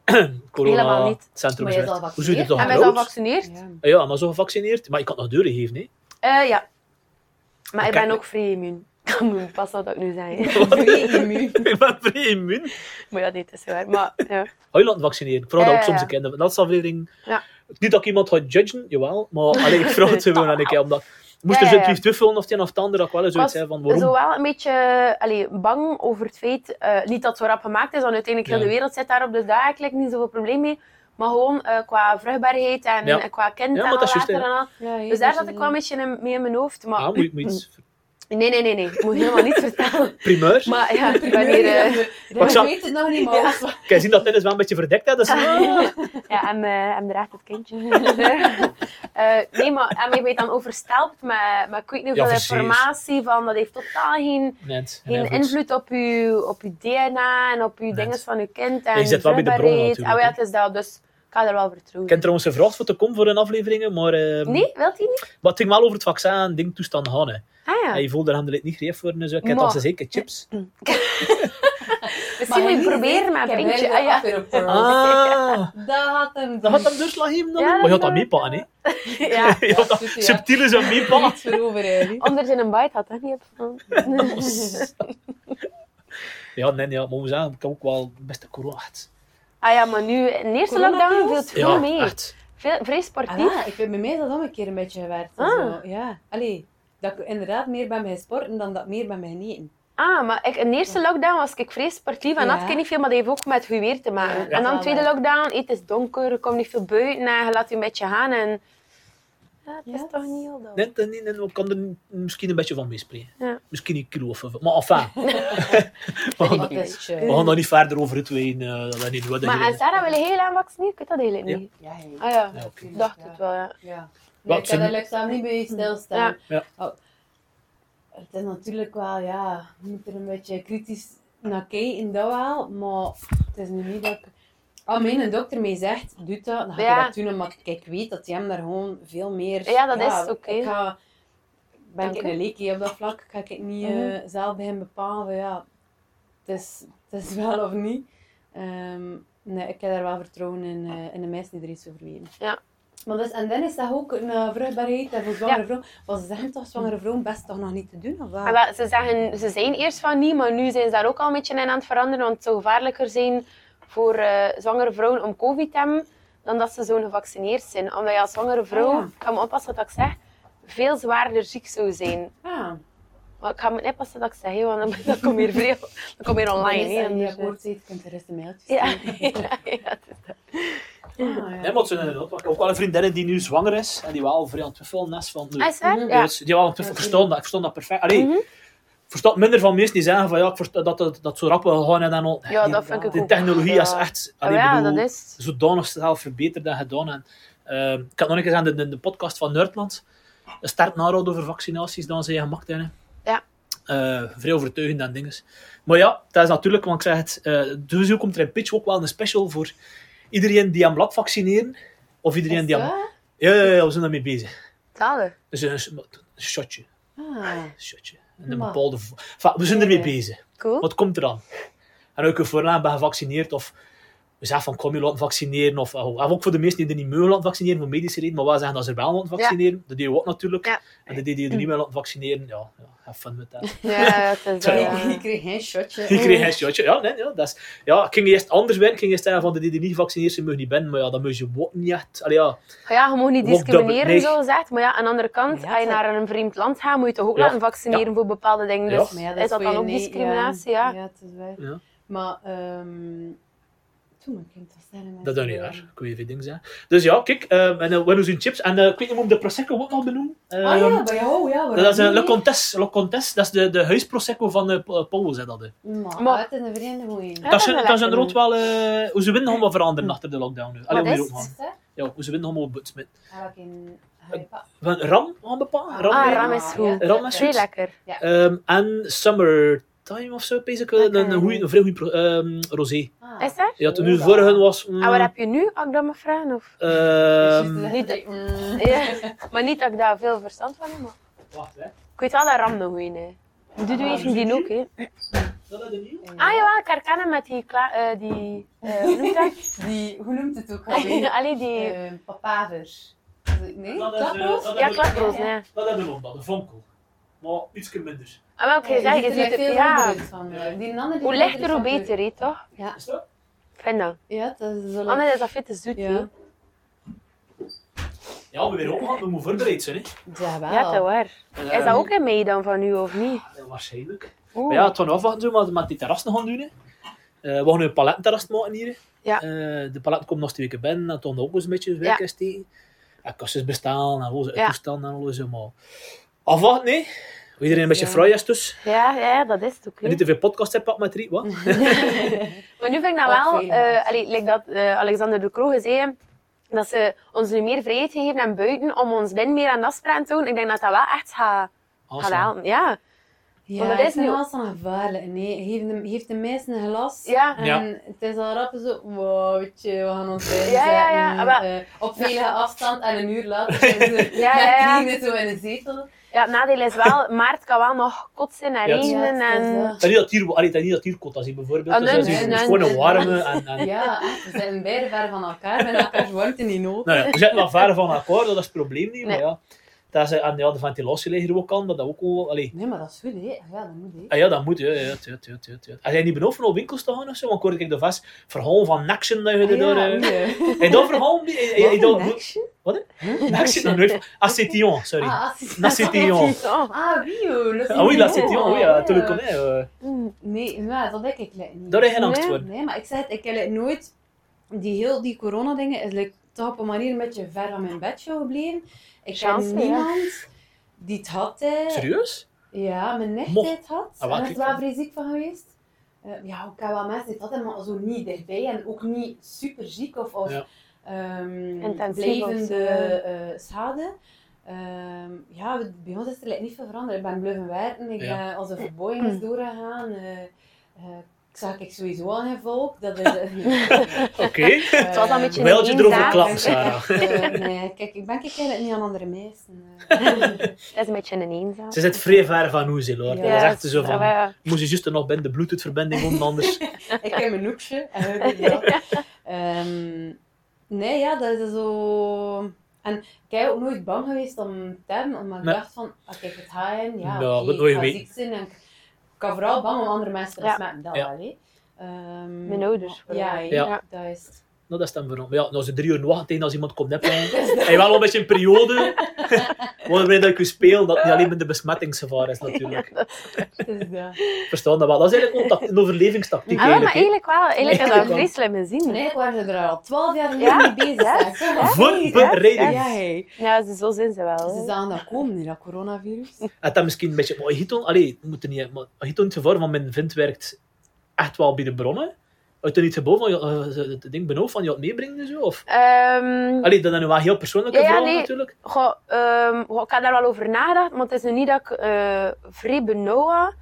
S2: in corona
S1: Helemaal
S2: het
S1: niet.
S2: centrum
S3: Maar je is
S2: zit.
S3: al
S2: Hoe zit het toch
S1: En ben je al
S2: rood?
S1: gevaccineerd?
S3: Ja.
S2: Ah Ja, maar zo gevaccineerd. Maar ik kan het nog deuren geven, hè.
S1: Eh, ja. Maar ik
S2: Kijk.
S1: ben ook vrij immuun. Ik kan nu pas wat ik nu zei.
S3: Doe je immuun.
S2: Ik ben vrij immuun.
S1: Maar ja, dit is waar. Maar ja.
S2: Ga je laten vaccineren? Ik vraag dat
S1: Ja,
S2: ook soms
S1: ja.
S2: een keer. Dat is de aflevering.
S1: Ja.
S2: Niet dat ik iemand ga judgen, jawel. Maar alleen ik vraag het gewoon aan een keer. Omdat, moest
S1: Ja,
S2: er
S1: ja,
S2: zo'n
S1: ja.
S2: brief tuffelen of het een of het ander, dat ik wel eens zoiets
S1: was
S2: zei van waarom.
S1: Zo wel een beetje allee, bang over het feit, eh, niet dat het zo rap gemaakt is, want uiteindelijk heel
S2: Ja.
S1: de wereld zit daarop, dus daar heb ik eigenlijk niet zoveel probleem mee. Maar gewoon eh, qua vruchtbaarheid en
S2: Ja.
S1: eh, qua kind
S2: Ja,
S1: en
S2: maar dat
S1: al
S2: is juist,
S1: later
S2: hè.
S1: en al.
S3: Ja, hier,
S1: Dus daar
S3: dat
S1: zat
S3: is
S1: ik wel een
S3: een-
S1: beetje in, mee in mijn hoofd. Maar...
S2: Ah, moet, je- moet je iets...
S1: Nee, nee, nee, nee. Ik moet helemaal niet vertellen.
S2: Primeur.
S1: Maar ja, ik ben hier... eh,
S2: Maar ik
S3: Ik
S2: zou-
S3: weet het nog niet, maar...
S2: Kijk, zien dat dit is wel een beetje verdekt, hè. Dus,
S1: Ah, Oh. Ja, en, eh en draagt het kindje. Eh, nee, maar en ik ben dan overstelpt met, met ik weet niet
S2: Ja,
S1: hoeveel
S2: precies.
S1: informatie. Van, dat heeft totaal geen,
S2: Net.
S1: geen
S2: Ja, goed.
S1: invloed op je, op je DNA en op je
S2: Net.
S1: dingen van je kind. En
S2: je zit wel bij de bron
S1: vruchtbaarheid.
S2: natuurlijk,
S1: Ah, ja,
S2: hè.
S1: het is dat, dus ik ga er wel vertrouwen.
S2: Ik heb trouwens gevraagd voor te komen voor een afleveringen, maar... eh,
S1: Nee, wilt hij niet?
S2: Maar het ging wel over het vaccin en ding toestand gaan. Hè.
S1: Ah
S2: En
S1: ja,
S2: je voelde er handelijk niet greep worden. Dus ik heb
S1: Maar-
S2: dat ze zeker chips.
S1: misschien moet je proberen met een pintje. Ah, ja.
S2: Ah,
S3: Dat had hem.
S2: dat had hem doorslag geven dan.
S1: Ja,
S2: maar je
S1: dat-
S2: had dat meepakken, hè?
S1: ja.
S2: Je had dat
S3: Ja, super, ja.
S2: subtiel is een meepakken.
S3: Niets voor over, eigenlijk.
S1: Anders in een bite had dat niet opgevallen.
S2: Ja, nee, ja, maar we zeggen, ik heb ook wel best een corona. echt.
S1: Ah ja, maar nu, in de eerste lockdown viel
S3: Coronapills?
S1: het veel
S2: Ja,
S1: mee.
S2: echt.
S1: Veel, vrij sportief.
S3: Ah, ik vind bij mij is dat ook een keer een beetje gewerkt. en
S1: Ah.
S3: zo, Ja. Allee, dat ik inderdaad meer bij mijn sporten dan dat ik meer bij mijn eten.
S1: Ah, maar ik, in de eerste lockdown was ik vrij sportief en
S3: Ja.
S1: had ik niet veel, maar dat heeft ook met je weer te maken.
S3: Ja, dat
S1: en dan
S3: wel,
S1: de tweede
S3: ja.
S1: lockdown, het is donker, er komt niet veel buiten en je laat je een beetje gaan en... Ja, het is
S3: Ja.
S1: toch niet heel dom.
S2: Net, en nee, nee, ik kan er misschien een beetje van meespreken.
S1: Ja.
S2: Misschien een kilo of... Maar enfin, we gaan,
S3: Dat
S2: we
S3: is eh, chill.
S2: gaan daar niet verder over uitweiden. eh, dat is niet nodig.
S1: Maar
S2: hier.
S1: en Sarah wil heel aan vaccineren, ik weet dat eigenlijk
S2: Ja.
S1: niet.
S3: Ja, hey.
S1: Ah ja,
S2: Ja,
S1: ik dacht
S3: Ja.
S1: het wel, ja.
S3: Ja.
S2: Wat
S3: Nee, ik
S2: zijn-
S3: kan daar lekker niet bij stilstaan.
S2: Ja.
S3: Oh. Het is natuurlijk wel, ja, je moet er een beetje kritisch naar kijken, dat wel. Maar het is nu niet dat ik... Als mijn dokter mij zegt, doe dat, dan ga ik
S1: Ja.
S3: dat doen. Maar ik weet dat hij hem daar gewoon veel meer...
S1: Ja, dat is oké.
S3: Ik ga, ben
S1: Dank
S3: ik
S1: u.
S3: een leekie op dat vlak, ga ik het niet
S1: Mhm.
S3: eh, zelf bij hem bepalen van, ja, het is, het is wel of niet. Ehm, nee, ik heb daar wel vertrouwen in, eh, in de mensen die er iets over weten.
S1: Ja.
S3: Maar dus, en dan is dat ook een eh, vruchtbaarheid en voor zwangere vrouwen. Want ze zeggen toch, zwangere vrouwen best toch nog niet te doen, of wel?
S1: Ah, wel, ze, zeggen, ze zijn eerst van niet, maar nu zijn ze daar ook al een beetje in aan het veranderen, want het zou gevaarlijker zijn voor eh, zwangere vrouwen om COVID te hebben dan dat ze zo gevaccineerd zijn. Omdat je als zwangere vrouw,
S3: Ah, ja.
S1: ik ga me oppassen wat ik zeg, veel zwaarder ziek zou zijn.
S3: Ah,
S1: Maar ik ga me niet passen wat ik zeg, hè, want dan, dan kom hier veel, dan kom hier online.
S3: Als je
S1: hè,
S3: niet
S1: anders, eh.
S3: akkoord bent, kunt er rest een mailtje
S1: ja,
S3: sturen.
S1: ja, ja, het is dat.
S3: Ah,
S2: Nee, maar het zijn inderdaad wel- Ik heb ook wel een vriendin die nu zwanger is en die wel vrij aan het twijfelen is van nu.
S1: Ah, is het waar?
S3: Mhm.
S1: Ja.
S2: Dus die wel aan het twijfelen- ik verstond dat, ik verstond dat perfect. Allee,
S1: Mhm.
S2: ik verstond minder van mensen die zeggen van ja, ik versta- dat, dat, dat zo rap wil gaan en dan al.
S1: ja,
S2: die,
S1: dat vind ik
S2: die
S1: ook.
S2: technologie
S1: Ja.
S2: is echt
S1: Ah,
S2: allee,
S1: ja,
S2: bedoel,
S1: dat is.
S2: zodanig zelf verbeterd en gedaan. En, ehm, ik had nog een keer aan de, de, de podcast van Nerdland. Een sterk narood over vaccinaties, dan zijn gemaakt. Hè.
S1: Ja.
S2: Eh, vrij overtuigend en dingen. Maar ja, dat is natuurlijk, want ik zeg het, eh sowieso komt er in Pitch ook wel een special voor iedereen die hem laat vaccineren. Of iedereen
S3: Is
S2: die
S3: dat?
S2: hem... Ja, ja, ja, we zijn daarmee bezig.
S1: Talen.
S2: Dus een, s- een shotje,
S3: Ah,
S2: een shotje. En een
S3: Maar-
S2: bepaalde... vo- Enfin, we zijn ermee
S3: Ja, ja.
S2: bezig.
S1: Cool.
S2: Wat komt er aan? En ook een voornaam ben gevaccineerd of we zeggen van kom je laten vaccineren of, of ook voor de meesten die er niet mogen laten vaccineren voor medische reden, maar wij zeggen dat ze er wel laten vaccineren. Dat deden we ook natuurlijk.
S1: Ja.
S2: En de die die er
S3: Mm.
S2: niet meer laten vaccineren, ja, ja have fun met dat.
S1: Ja, dat is
S2: Tja.
S1: eh,
S3: Ik kreeg geen shotje.
S2: Ik kreeg een shotje. Ja, nee, ja, dat is, ja, ik ging eerst anders werken. Ik ging eerst zeggen van de die die niet gevaccineerd zijn, mogen niet binnen. Maar ja, dat moet je ook niet echt. Allee, ja.
S1: Ja, je mag niet
S2: Ook dat-
S1: discrimineren,
S2: nee.
S1: zo gezegd. Maar ja, aan de andere kant,
S3: Ja,
S1: als je
S3: dat-
S1: naar een vreemd land gaat, moet je toch ook
S2: Ja.
S1: laten vaccineren voor bepaalde dingen.
S2: Ja.
S1: Dus
S3: Maar ja,
S1: is dat
S3: voor
S1: dan
S3: je
S1: ook
S3: nee-
S1: discriminatie? Ja.
S3: ja, het is waar.
S2: Ja.
S3: Maar, ehm toen mijn kind was daar en
S2: Dat is
S3: dan
S2: niet waar. Kun je veel dingen zeggen. Dus ja, kijk, ehm en eh, we doen zijn chips. En eh, ik weet niet of ik de Prosecco ook nog benoem.
S3: Ah
S2: Ehm,
S3: ja, bij jou, ja. waarom
S2: Dat is een
S3: niet?
S2: Le Comtesse. Le Comtesse, dat is de, de huisprosecco van eh, Pa- Paul, zei dat. hè.
S3: Maar,
S1: Maar-
S3: uit in de Verenigde Moeien.
S1: Ja,
S2: dat is
S1: dat is
S2: een- dat is
S1: lekker.
S2: een
S1: Hm.
S2: rood wel... eh, hoe ze winnen allemaal veranderen achter de lockdown nu. Allee,
S1: Wat
S2: hoe
S1: is
S2: ze
S1: het?
S2: ook gaan. Ja, hoe ze winnen allemaal met...
S3: Ga ik in Haipa.
S2: van Ram gaan bepalen. Ram,
S1: Ah,
S2: eh,
S1: ram is goed.
S3: Ja,
S2: Ram is
S1: Heel
S2: goed.
S1: lekker.
S2: Ehm, En Summertime of zo, basically.
S1: Oké.
S2: Een, een, goeie, een vrij goeie pro- ehm, rosé.
S3: Ah.
S1: Is dat?
S2: Ja, toen nu
S3: Zo,
S2: de vorige
S3: ja.
S2: was... mm,
S1: En wat heb je nu, als ik dat mag vragen? Of?
S2: ehm,
S3: Dus
S1: niet
S3: dat- Mm.
S1: Ja. Maar niet dat ik daar veel verstand van heb. Maar...
S2: Wacht, hè.
S1: Ik weet wel dat Ram nog goed is. Doe Ah, doe even die ook, hè.
S2: Dat is de nieuwe.
S1: Ah ja, ik herken hem met die... Kla- eh, die eh, hoe noemt dat?
S3: Die, hoe noemt het
S1: Ah,
S3: ook alweer?
S1: Allee, die...
S3: Eh, papaver. Nee,
S2: Dat is, eh,
S3: klaproos?
S2: dat is-
S1: Ja, klaproos, nee.
S2: Dat hebben we ook, dat. De vonkel. Maar iets minder.
S1: Ah, wel, ik
S3: Ja,
S1: je zeggen,
S3: die
S1: je
S3: ziet
S1: ziet
S3: er
S1: het...
S3: veel
S1: Ja.
S3: onderuit van. eh, Die andere die
S1: Hoe lichter, hoe
S3: onderuit van
S1: beter, hè, toch?
S2: Is dat?
S1: Ik vind dat.
S3: de- Ja, dat is wel...
S1: Anders is dat veel te zoet,
S3: Ja.
S1: hè.
S2: Ja, we weer opgehaald, we moeten voorbereid zijn. Hè.
S3: Jawel.
S1: Ja, dat waar.
S2: En,
S1: Is
S2: ehm,
S1: dat ook in mei dan van u of niet?
S2: Ja, waarschijnlijk.
S1: Oeh.
S2: Maar ja, het gaan afwachten zo, maar met die terrassen gaan doen. Hè. Eh, we gaan nu een palettenterras maken hier. hè.
S1: Ja.
S2: Eh, de paletten komen nog twee weken binnen, en dan ook eens een beetje het werk
S1: Ja.
S2: is tegen. En kastjes bestaan, en loze
S1: Ja.
S2: toestanden, en alles. hè, Maar afwachten, hè. Iedereen een beetje
S3: Ja.
S2: vrij is dus.
S1: Ja, ja, Mm. dat is het ook.
S2: En
S1: hè.
S2: niet te veel podcast hebt, pak met drie. Wat?
S1: Maar nu vind ik dat
S3: Wat
S1: wel,
S3: veel
S1: eh
S3: mensen.
S1: allee, like dat eh, Alexander de Croo zei, dat ze ons nu meer vrijheid geven aan buiten om ons binnen meer aan afspraken te doen. Ik denk dat dat wel echt gaat, gaat
S2: Awesome.
S1: helpen. Ja.
S3: Ja,
S1: Want dat
S3: dat
S1: is
S3: is nu
S1: nu-
S3: wel zo'n gevaarlijk. Nee, geeft de, geeft de meisje een glas.
S1: Ja.
S3: En
S2: Ja.
S3: het is al rap zo, wow, weet je, we gaan ons bijzetten.
S1: Ja, ja, ja, maar-
S3: eh, op veilige afstand en een uur later zijn ze
S1: Ja, ja,
S3: met
S1: ja.
S3: knieën zo in de zetel.
S1: ja, het nadeel is wel, maart kan wel nog kotsen en
S2: Ja, het-
S1: regenen.
S3: Ja, het is,
S1: en...
S3: eh,
S2: Dat is niet dat hier, allee, dat is niet dat hier kot als hier bijvoorbeeld.
S1: Ah,
S2: dat is
S3: nee,
S2: hier dus
S3: nee,
S2: gewoon
S3: nee,
S2: een
S3: nee.
S2: warme. En, en,
S3: Ja, echt, we zijn beide ver van elkaar, met elkaars warmte niet nodig.
S2: Nou ja, we zitten wel ver van elkaar, dat is het probleem niet.
S1: Nee.
S2: Maar ja, dat is, en ja, de ventilatie ligt hier ook aan, maar dat ook wel... Allee,
S3: Nee, maar dat is goed, hè. Ah Ja, dat moet, hè.
S2: Ah ja, dat moet, ja, ja, tuur, tuur, tuur, tuur. Als jij niet benoopt van op winkels te gaan of zo, want ik hoorde ik de vast verhaal van Naction dat je er
S3: Ah,
S2: door... eh, Hij dat verhaal niet... hij- hij- hij dat- Wat? Naction nog nooit... Acetion, sorry.
S3: Ah, assistent.
S2: Nacetion.
S1: Oh,
S3: Ah, oui, oh, le
S2: Ah oui, l'acetion, oui,
S3: ja,
S2: ja, toen ik kon, hè, eh,
S1: mm,
S3: Nee, maar dat denk ik like niet.
S2: Daar heb je geen angst
S1: Nee,
S2: voor.
S3: Nee, maar ik zeg het, ik heb like nooit... Die heel die corona-dingen is like, toch op een manier een beetje ver van mijn bedshow gebleven. Ik ken
S1: Chance, ja.
S3: niemand die het had. hè.
S2: Serieus?
S3: Ja, mijn nicht
S2: Mo.
S3: die het had.
S2: Ah, wat,
S3: en daar is
S2: kijk
S3: wel
S2: dan.
S3: vrij ziek van geweest. Eh, ja, ik ken wel mensen die het hadden, maar zo niet dichtbij. En ook niet super ziek of, of
S2: Ja.
S3: ehm,
S1: Intensief of zo,
S3: blijvende
S1: ja.
S3: eh, schade. Ehm, ja, we- bij ons is er like, niet veel veranderd. Ik ben blijven werken, ik,
S2: Ja.
S3: eh, onze verbouwing
S1: Hmm.
S3: is doorgegaan. eh, eh, ik zag ik sowieso aan geen volk. Dat is, eh,
S2: Oké.
S1: Het was al een beetje
S3: eh,
S1: een
S2: Wel je erover
S1: eenzaam-
S2: klappen, Sarah.
S3: eh, nee, kijk, ik ben kijk eigenlijk niet aan andere eh. mensen.
S1: Dat is een beetje een eenzaam.
S2: Ze zit vrij ver van hoe ze hoor.
S3: Ja,
S2: Dat is echt zo
S1: ja,
S2: van...
S1: ja.
S2: Moest je juist er nog binnen de bluetooth-verbinding om, anders... Nou,
S3: ik heb mijn hoekje en hij doet dat. Ehm, nee, ja, dat is zo. En ik ben ook nooit bang geweest om te hebben, omdat ik
S2: Nee.
S3: dacht van, ah, kijk, het ga in, ja,
S2: Ja,
S3: oké,
S2: wat nooit
S3: ik ga
S2: weten.
S3: ziek zijn en ik ik kan vooral bang om andere mensen te
S1: Ja.
S3: besmetten, dat
S2: Ja.
S3: wel, hè. Ehm,
S1: Mijn ouders
S3: maar- Ja,
S1: vooral.
S3: hè,
S2: Ja.
S3: dat is...
S2: Nou, dat is dan veranderd. Maar ja, nou, ze drie uur wachten tegen als iemand komt hebben. Hij wel een beetje een periode. Waarbij dat ik u speel, dat het niet alleen met de besmettingsgevaar is natuurlijk.
S3: Dus, ja.
S2: Verstaan dat wel? Dat is eigenlijk een, tact- een overlevingstactiek.
S1: Ah, wel, maar
S2: eigenlijk,
S1: eigenlijk wel. Eigenlijk is dat
S2: Eigenlijk wel.
S1: vreselijk mijn zin.
S4: Nee, ik was er al twaalf jaar
S1: Ja?
S4: mee bezig. Kom
S2: hè.
S4: op.
S2: Voorbereiding.
S3: Ja, hey.
S1: Ja, ze- zo zijn ze wel.
S3: Ze zagen dat komen, hè, dat coronavirus.
S2: Het dat misschien een beetje... Maar Giton, allee, het moet er niet... Maar Giton, het gevaar van mijn vind werkt echt wel bij de bronnen. Uit er niet geboden van, ja, eh, ze- het ding benauwd van, je het meebrengen en zo? Of,
S1: Ehm,
S2: allee, dat is nu wel heel persoonlijke
S1: Ja, ja,
S2: vragen
S1: nee.
S2: natuurlijk.
S1: Goh, ehm, goh, ik had daar wel over nagedacht, maar het is nu niet dat ik eh vrij benauwd was.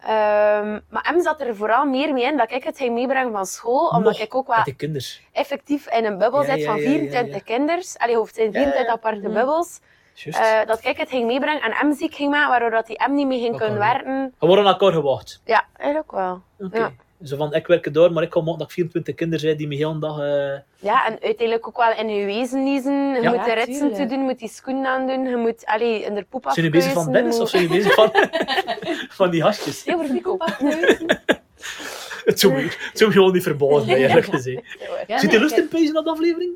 S1: Ehm, maar hem zat er vooral meer mee in dat ik het ging meebrengen van school, omdat
S2: Nog
S1: ik ook
S2: Met
S1: wel
S2: die kinderen.
S1: effectief in een bubbel
S2: Ja,
S1: zit
S2: ja,
S1: van
S2: ja, ja,
S1: 24
S2: ja.
S1: kinders. Allee, hoofd zijn
S2: Ja, ja,
S1: 24
S2: ja.
S1: aparte
S3: Mhm.
S1: bubbels.
S2: Juist.
S1: Eh, dat ik het ging meebrengen en hem ziek ging maken, waardoor dat hij hem niet mee ging
S2: Dat
S1: kunnen
S2: kan, ja.
S1: werken.
S2: We worden aan elkaar gewacht.
S1: Ja, eigenlijk wel.
S2: Oké.
S1: Ja.
S2: Zo van, ik werk door, maar ik kom ook dat ik 24 kinderen zijn die me heel een dag... eh,
S1: Ja, en uiteindelijk ook wel in je wezen niezen. Je
S2: Ja.
S1: moet de
S3: Ja,
S1: ritsen
S3: tuurlijk.
S1: toe doen, je moet die schoenen aandoen, je moet allee, in de poep
S2: zijn jullie bezig van
S1: afkuisen,
S2: Dennis
S1: je
S2: of
S1: moet-
S2: zijn jullie bezig van, van die hasjes?
S1: Heel verfiek ook.
S2: Het zou me, het zou me gewoon niet verbazen, eerlijk gezegd.
S4: Ja,
S2: Zit je
S4: nee,
S2: lust
S4: ik-
S2: in pezen op de aflevering?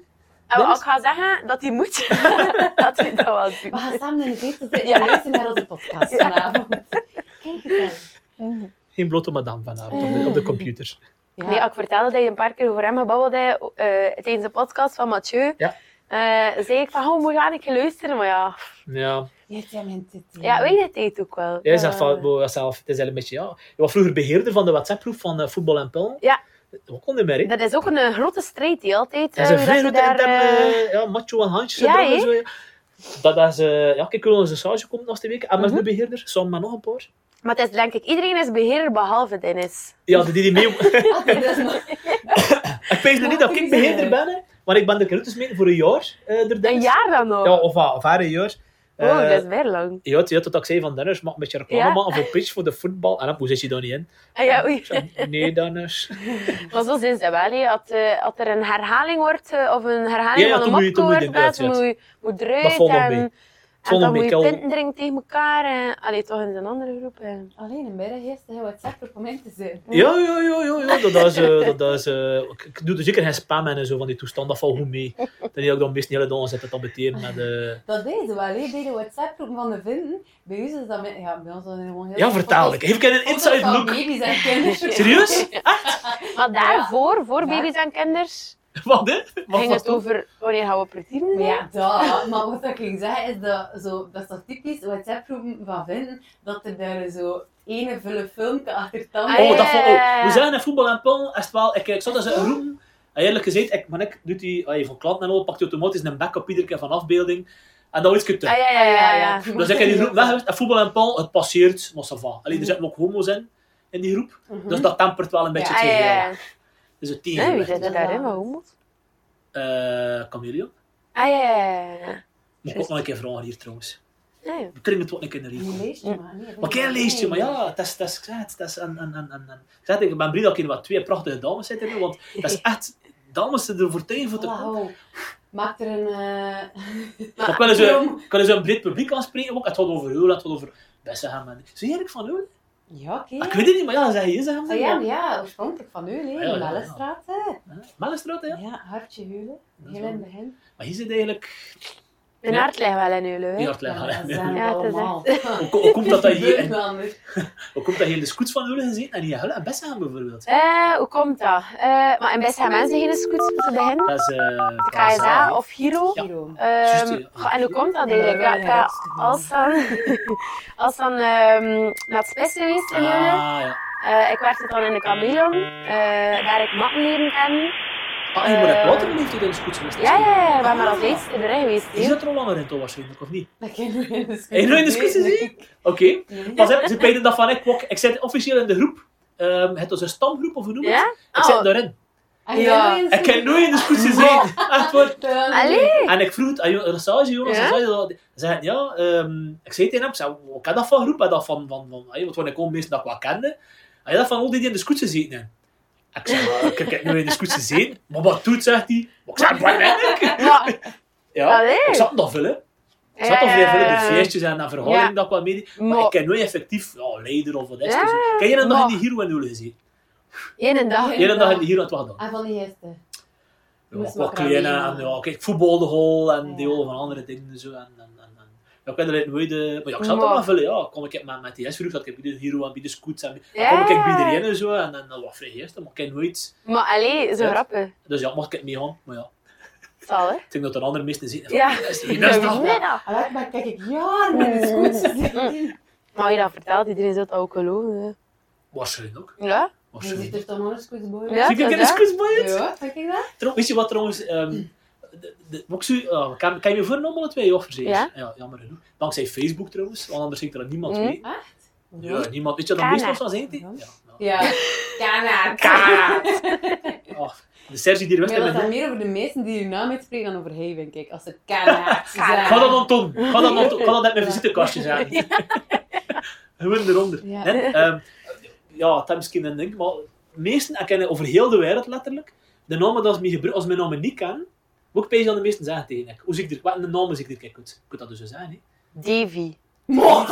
S1: En wat
S2: Dennis?
S1: Oh, ik ga zeggen, dat hij moet. dat hij dat wel
S4: We
S1: doet.
S4: gaan samen in de feest zitten en luisteren naar onze podcast vanavond. Kijk eens
S2: Geen blote madame vanavond op de, op de computer.
S3: Ja.
S1: Nee, ik vertelde dat je een paar keer over hem gebabbeld hebt eh, tijdens de podcast van Mathieu.
S2: Ja.
S1: Eh, zei ik van, oh, moet je aan een keer luisteren? Maar ja,
S2: Ja,
S4: Je hebt hem in dit.
S3: Mm.
S1: ja weet je het ook wel.
S2: jij zegt
S1: Eh,
S2: van, wow, dat is zelf, het is eigenlijk een beetje, ja. Je was vroeger beheerder van de WhatsApp-groep van eh, Voetbal en Pel.
S1: Ja.
S2: Wat kon je meer, hè?
S1: Dat is ook een eh, grote strijd die altijd...
S2: Dat
S1: eh,
S2: is een
S1: hoe dat ze
S2: vrij goed
S1: daar, eh,
S2: interne, ja, macho en handjes
S1: ja,
S2: syndroom en
S1: hè?
S2: zo. ja. Dat dat is, eh, ja, kijk, onze stage komt nog de week. Ah, En is
S1: Mhm.
S2: de beheerder, samen met nog een paar.
S1: Maar het is denk ik, iedereen is beheerder behalve Dennis.
S2: Ja, die die mee...
S4: Dat is nog
S2: ik weet nu niet dat ik beheerder ben, hè, maar ik ben de routes mee voor een jaar. eh, er,
S1: Een
S2: Dennis.
S1: jaar dan nog.
S2: Ja, of wat, of haar een jaar.
S1: oh,
S2: Eh,
S1: dat is weer lang.
S2: Ja, het ja, tot ik zei van Dennis, maak een beetje reclame
S1: Ja.
S2: maken voor pitch voor de voetbal. En dan hoe zit je daar niet in?
S1: Ah, ja, oei.
S2: Ik zei, Nee, Dennis.
S1: Maar zo zijn ze wel. hè. Als, eh, als er een herhaling wordt, eh, of een herhaling
S2: Ja, ja,
S1: van een
S2: toen moet je-
S1: mopje
S2: toen moet je
S1: wordt,
S2: inderdaad,
S1: plaatsen, moet
S2: ja.
S1: je moet eruit.
S2: Dat valt nog mee.
S1: en, en
S2: valt nog
S1: dan
S2: mee,
S1: moet je
S2: Kel.
S1: pinten drinken tegen elkaar. En, allee, toch in een andere groep. eh.
S4: alleen een middag eerst heel WhatsApp op moment te zijn.
S2: Ja, ja, ja, ja, ja. Dat, dat is, eh, dat, dat is, eh, ik, ik doe er zeker geen spam in en zo van die toestand. Dat valt goed mee. Dat ik dan meestal de hele dag zit te tabeteren met... eh,
S3: Dat deden ze wel, hè, bij de WhatsApp-groepen van de vinden. Bij u is dat met... Ja, bij ons was het gewoon heel...
S2: Ja, vertaal ik. Even kijken, een
S4: Foto's
S2: inside
S4: van
S2: look.
S4: baby's en kinderen.
S2: Serieus?
S1: Maar daarvoor, voor baby's en kinders,
S2: Wat, hè? Wat
S1: ging
S2: was
S1: het over wanneer gaan we prettieren?
S3: Maar
S1: zijn?
S3: ja, dat. Maar wat ik ging zeggen is dat zo... Dat is toch typisch WhatsApp-groepen van vinden, dat er daar zo ene vulle filmpje achter het andere...
S1: Ah,
S2: Oh, dat
S1: ja.
S2: valt... Oh, we zeggen in voetbal en pil, is het wel... Ik, ik zat in zijn room. En eerlijk gezegd, ik, maar ik doet die... allee, van klanten en al, pakt hij automatisch een back op iedere keer van afbeelding. En dat is het
S1: Ah, ja, ja, ja, ja.
S2: Dus ik heb die groep weg geweest. En voetbal en paal, het passeert, maar ça va. Alleen
S1: Mhm.
S2: er zitten ook homo's in, in die groep.
S3: Mhm.
S2: Dus dat tempert wel een beetje
S1: Ah,
S2: het
S1: ja,
S2: geheel.
S1: ja.
S2: Dus het
S1: Nee,
S2: team.
S1: wie
S2: Eh
S1: zit er daarin? Maar hoe moet?
S2: Chameleon.
S1: Ah, ja, ja, ja, ja.
S2: Moet ik ook nog een keer vragen hier trouwens.
S1: Nee.
S2: We kunnen het ook een keer naar hier
S3: Een
S2: komen.
S3: leestje, maar nee.
S2: Maar kijk, leest je, maar ja, het is, het is, ik zeg het, het is en, en, en, en, en. Ik zeg het, ik ben blij dat ik hier wat twee prachtige dames zitten, nu, want dat is echt, dames zijn ervoor tegen voor te komen.
S3: Wauw. Maakt er een... eh,
S2: Maar kunnen ze,
S3: waarom?
S2: kunnen ze een breed publiek aanspreken ook? Het gaat over Heulen, het gaat over Bessenhem. en- Zo Erik van Heulen?
S3: Ja, oké.
S2: Ik weet het niet, maar ja, zeg je, zeg hem.
S3: Ah, ja, maar ja, oorspronkelijk van u, nee.
S2: Ah, Ja, ja, ja.
S3: Mellestraat, hè.
S2: Malenstraat, Eh, hè?
S3: Ja, hartje huilen.
S2: Dat is
S3: Heel in het
S2: wel-
S3: begin.
S2: Maar hier zit eigenlijk
S1: Mijn
S2: Ja.
S1: hart ligt wel in jullie. hè.
S2: niet hard leggen. hè.
S1: Ja, het is
S2: Hoe, ko- hoe komt dat dat hier, in-
S3: anders.
S2: hoe komt dat hier in de scoots van Heulen gezeten en hier in Heulen en Bessenhem bijvoorbeeld?
S1: Eh, hoe komt dat? Eh, maar in best gaan mensen geen scoots om te beginnen.
S2: Dat is eh,
S1: KSA of Giro.
S2: Ja.
S3: Hierom.
S1: Ehm,
S2: Juist, eh, ja.
S1: goh, en hoe komt dat eigenlijk? Ja, ik ga als dan, als dan ehm, naar het spits geweest in
S2: Ah,
S1: Leuven.
S2: ja.
S1: Eh, ik werkte dan in de Chameleon, eh, daar ik matten leren kennen.
S2: Ah, je moet
S1: Eh,
S2: dat later heeft dus hij in de scoots geweest.
S1: Ja, ja, ja, we
S2: Ah.
S1: waren maar als laatste erin geweest.
S2: Die
S1: hè.
S2: zat er al langer in, toch, waarschijnlijk, of niet?
S3: Dat kan je in de discussie.
S2: Heb je nooit in de scoots gezien? Oké. Pas op, ze pijden dat van, ik, wok- ik zit officieel in de groep. Ehm het was een stamgroep, of hoe noem je het?
S1: Ja?
S2: Ik zit
S1: Oh.
S2: daarin.
S1: Ja.
S2: Ik heb nooit in de scoots gezeten. Echt waar.
S1: Allee?
S2: En ik vroeg het aan Jo- Rassage, Jonas,
S1: Ja?
S2: en zei dat- ze zei, ja, ehm, ik zei tegen hem, ik zei, wat ken dat van groep? En dat van, van, van, hey, want ik kon meestal dat ik wat kende. Hij dat van al die die in de scoots gezeten hebben. Ik zei, "Maar ik heb nooit in de scoots gezeten. Maar wat doet, zegt hij. Maar ik zei, waar ben ik?
S1: Ja,
S2: Ja,
S1: allee.
S2: ik zat nog veel, hè. Ik zat
S1: Ja,
S2: al veel
S1: ja,
S2: veel in de
S1: ja.
S2: feestjes en naar verhouding
S1: Ja.
S2: dat ik wat mee deed. Maar,
S1: Maar-
S2: ik ken nooit effectief ja, leider of wat is.
S1: Ja,
S2: het, zo. Ken je dat nog
S1: maar-
S2: in die Hero en Hulu gezien?
S1: Eén dag.
S2: Jij dat nog in de Hero en het was dan?
S3: En van die Ah, eerste.
S2: Ja, een
S3: moesten
S2: paar
S3: elkaar
S2: kleine. En,
S3: meemaken.
S2: ja, kijk, voetbal de hol en
S3: Ja.
S2: die hol van andere dingen en zo. En, en, en, en. Ja, ik heb er eigenlijk nooit de- Maar ja, ik zal het
S1: Maar-
S2: maar vullen. Ja, kom ik met, met die S-vroeg, dat ik bij de Hero en bij de Scoots en
S1: Ja.
S2: kom ik bij iedereen en zo. En, en dat was vrij eerst, maar ik ken nooit.
S1: Maar allee, zo
S2: Ja.
S1: grappig.
S2: Dus ja, mag ik het mee gaan? Maar ja,
S1: Zal, hè?
S2: ik denk dat er andere mensen zien.
S1: Ja.
S2: dat is die
S1: Ja,
S2: beste.
S1: wie is dat?
S3: Allee, Ah, maar kijk ik jaren met de
S2: Oh,
S3: scootjes.
S1: Mm. Maar je dat vertelt, iedereen zou het ook geloven. hè.
S2: Waarschijnlijk ook.
S1: Ja?
S3: Je
S2: Waarschijnlijk.
S3: ziet er toch nog een scootsboy
S1: Ja,
S2: Zie ik
S1: dat
S2: een
S1: is
S2: Scoots bij het?
S3: Ja, vind ik dat?
S2: Trouw- Weet je wat trouwens? ehm de, de, moet ik zo, oh, kan, kan je je voornaam alle twee afverzekeren?
S1: Ja.
S2: Jammer genoeg. Dankzij Facebook trouwens, want anders zingt er aan niemand
S1: Mm.
S2: mee. Ja, niemand. Weet je wat
S1: Kana.
S2: dan meestal zo zingt? Ja. ja.
S3: Ja. Kana,
S2: Ah, de Sergi die er
S3: Maar
S2: wist in mijn
S3: dat gaat
S2: hoofd.
S3: meer over de mensen die hun naam uitspreken dan over hij, denk ik. Als ze Kana
S2: Ga dat
S3: zeggen.
S2: dan doen. Ga dat dan doen. Ga dat net mijn visitekaartje zijn. Gewoon eronder.
S3: Ja.
S2: Nee, ehm, ja, dat is misschien een ding, maar de meesten herkennen over heel de wereld letterlijk de namen dat ze mee gebruiken. Als mijn namen niet kennen, moet ik bij aan de meesten zeggen tegen ik. Hoe zie ik er, wat een namen zie ik er kijk uit? Ik kan dat dus zo zeggen, hè.
S1: Davy.
S2: Maar,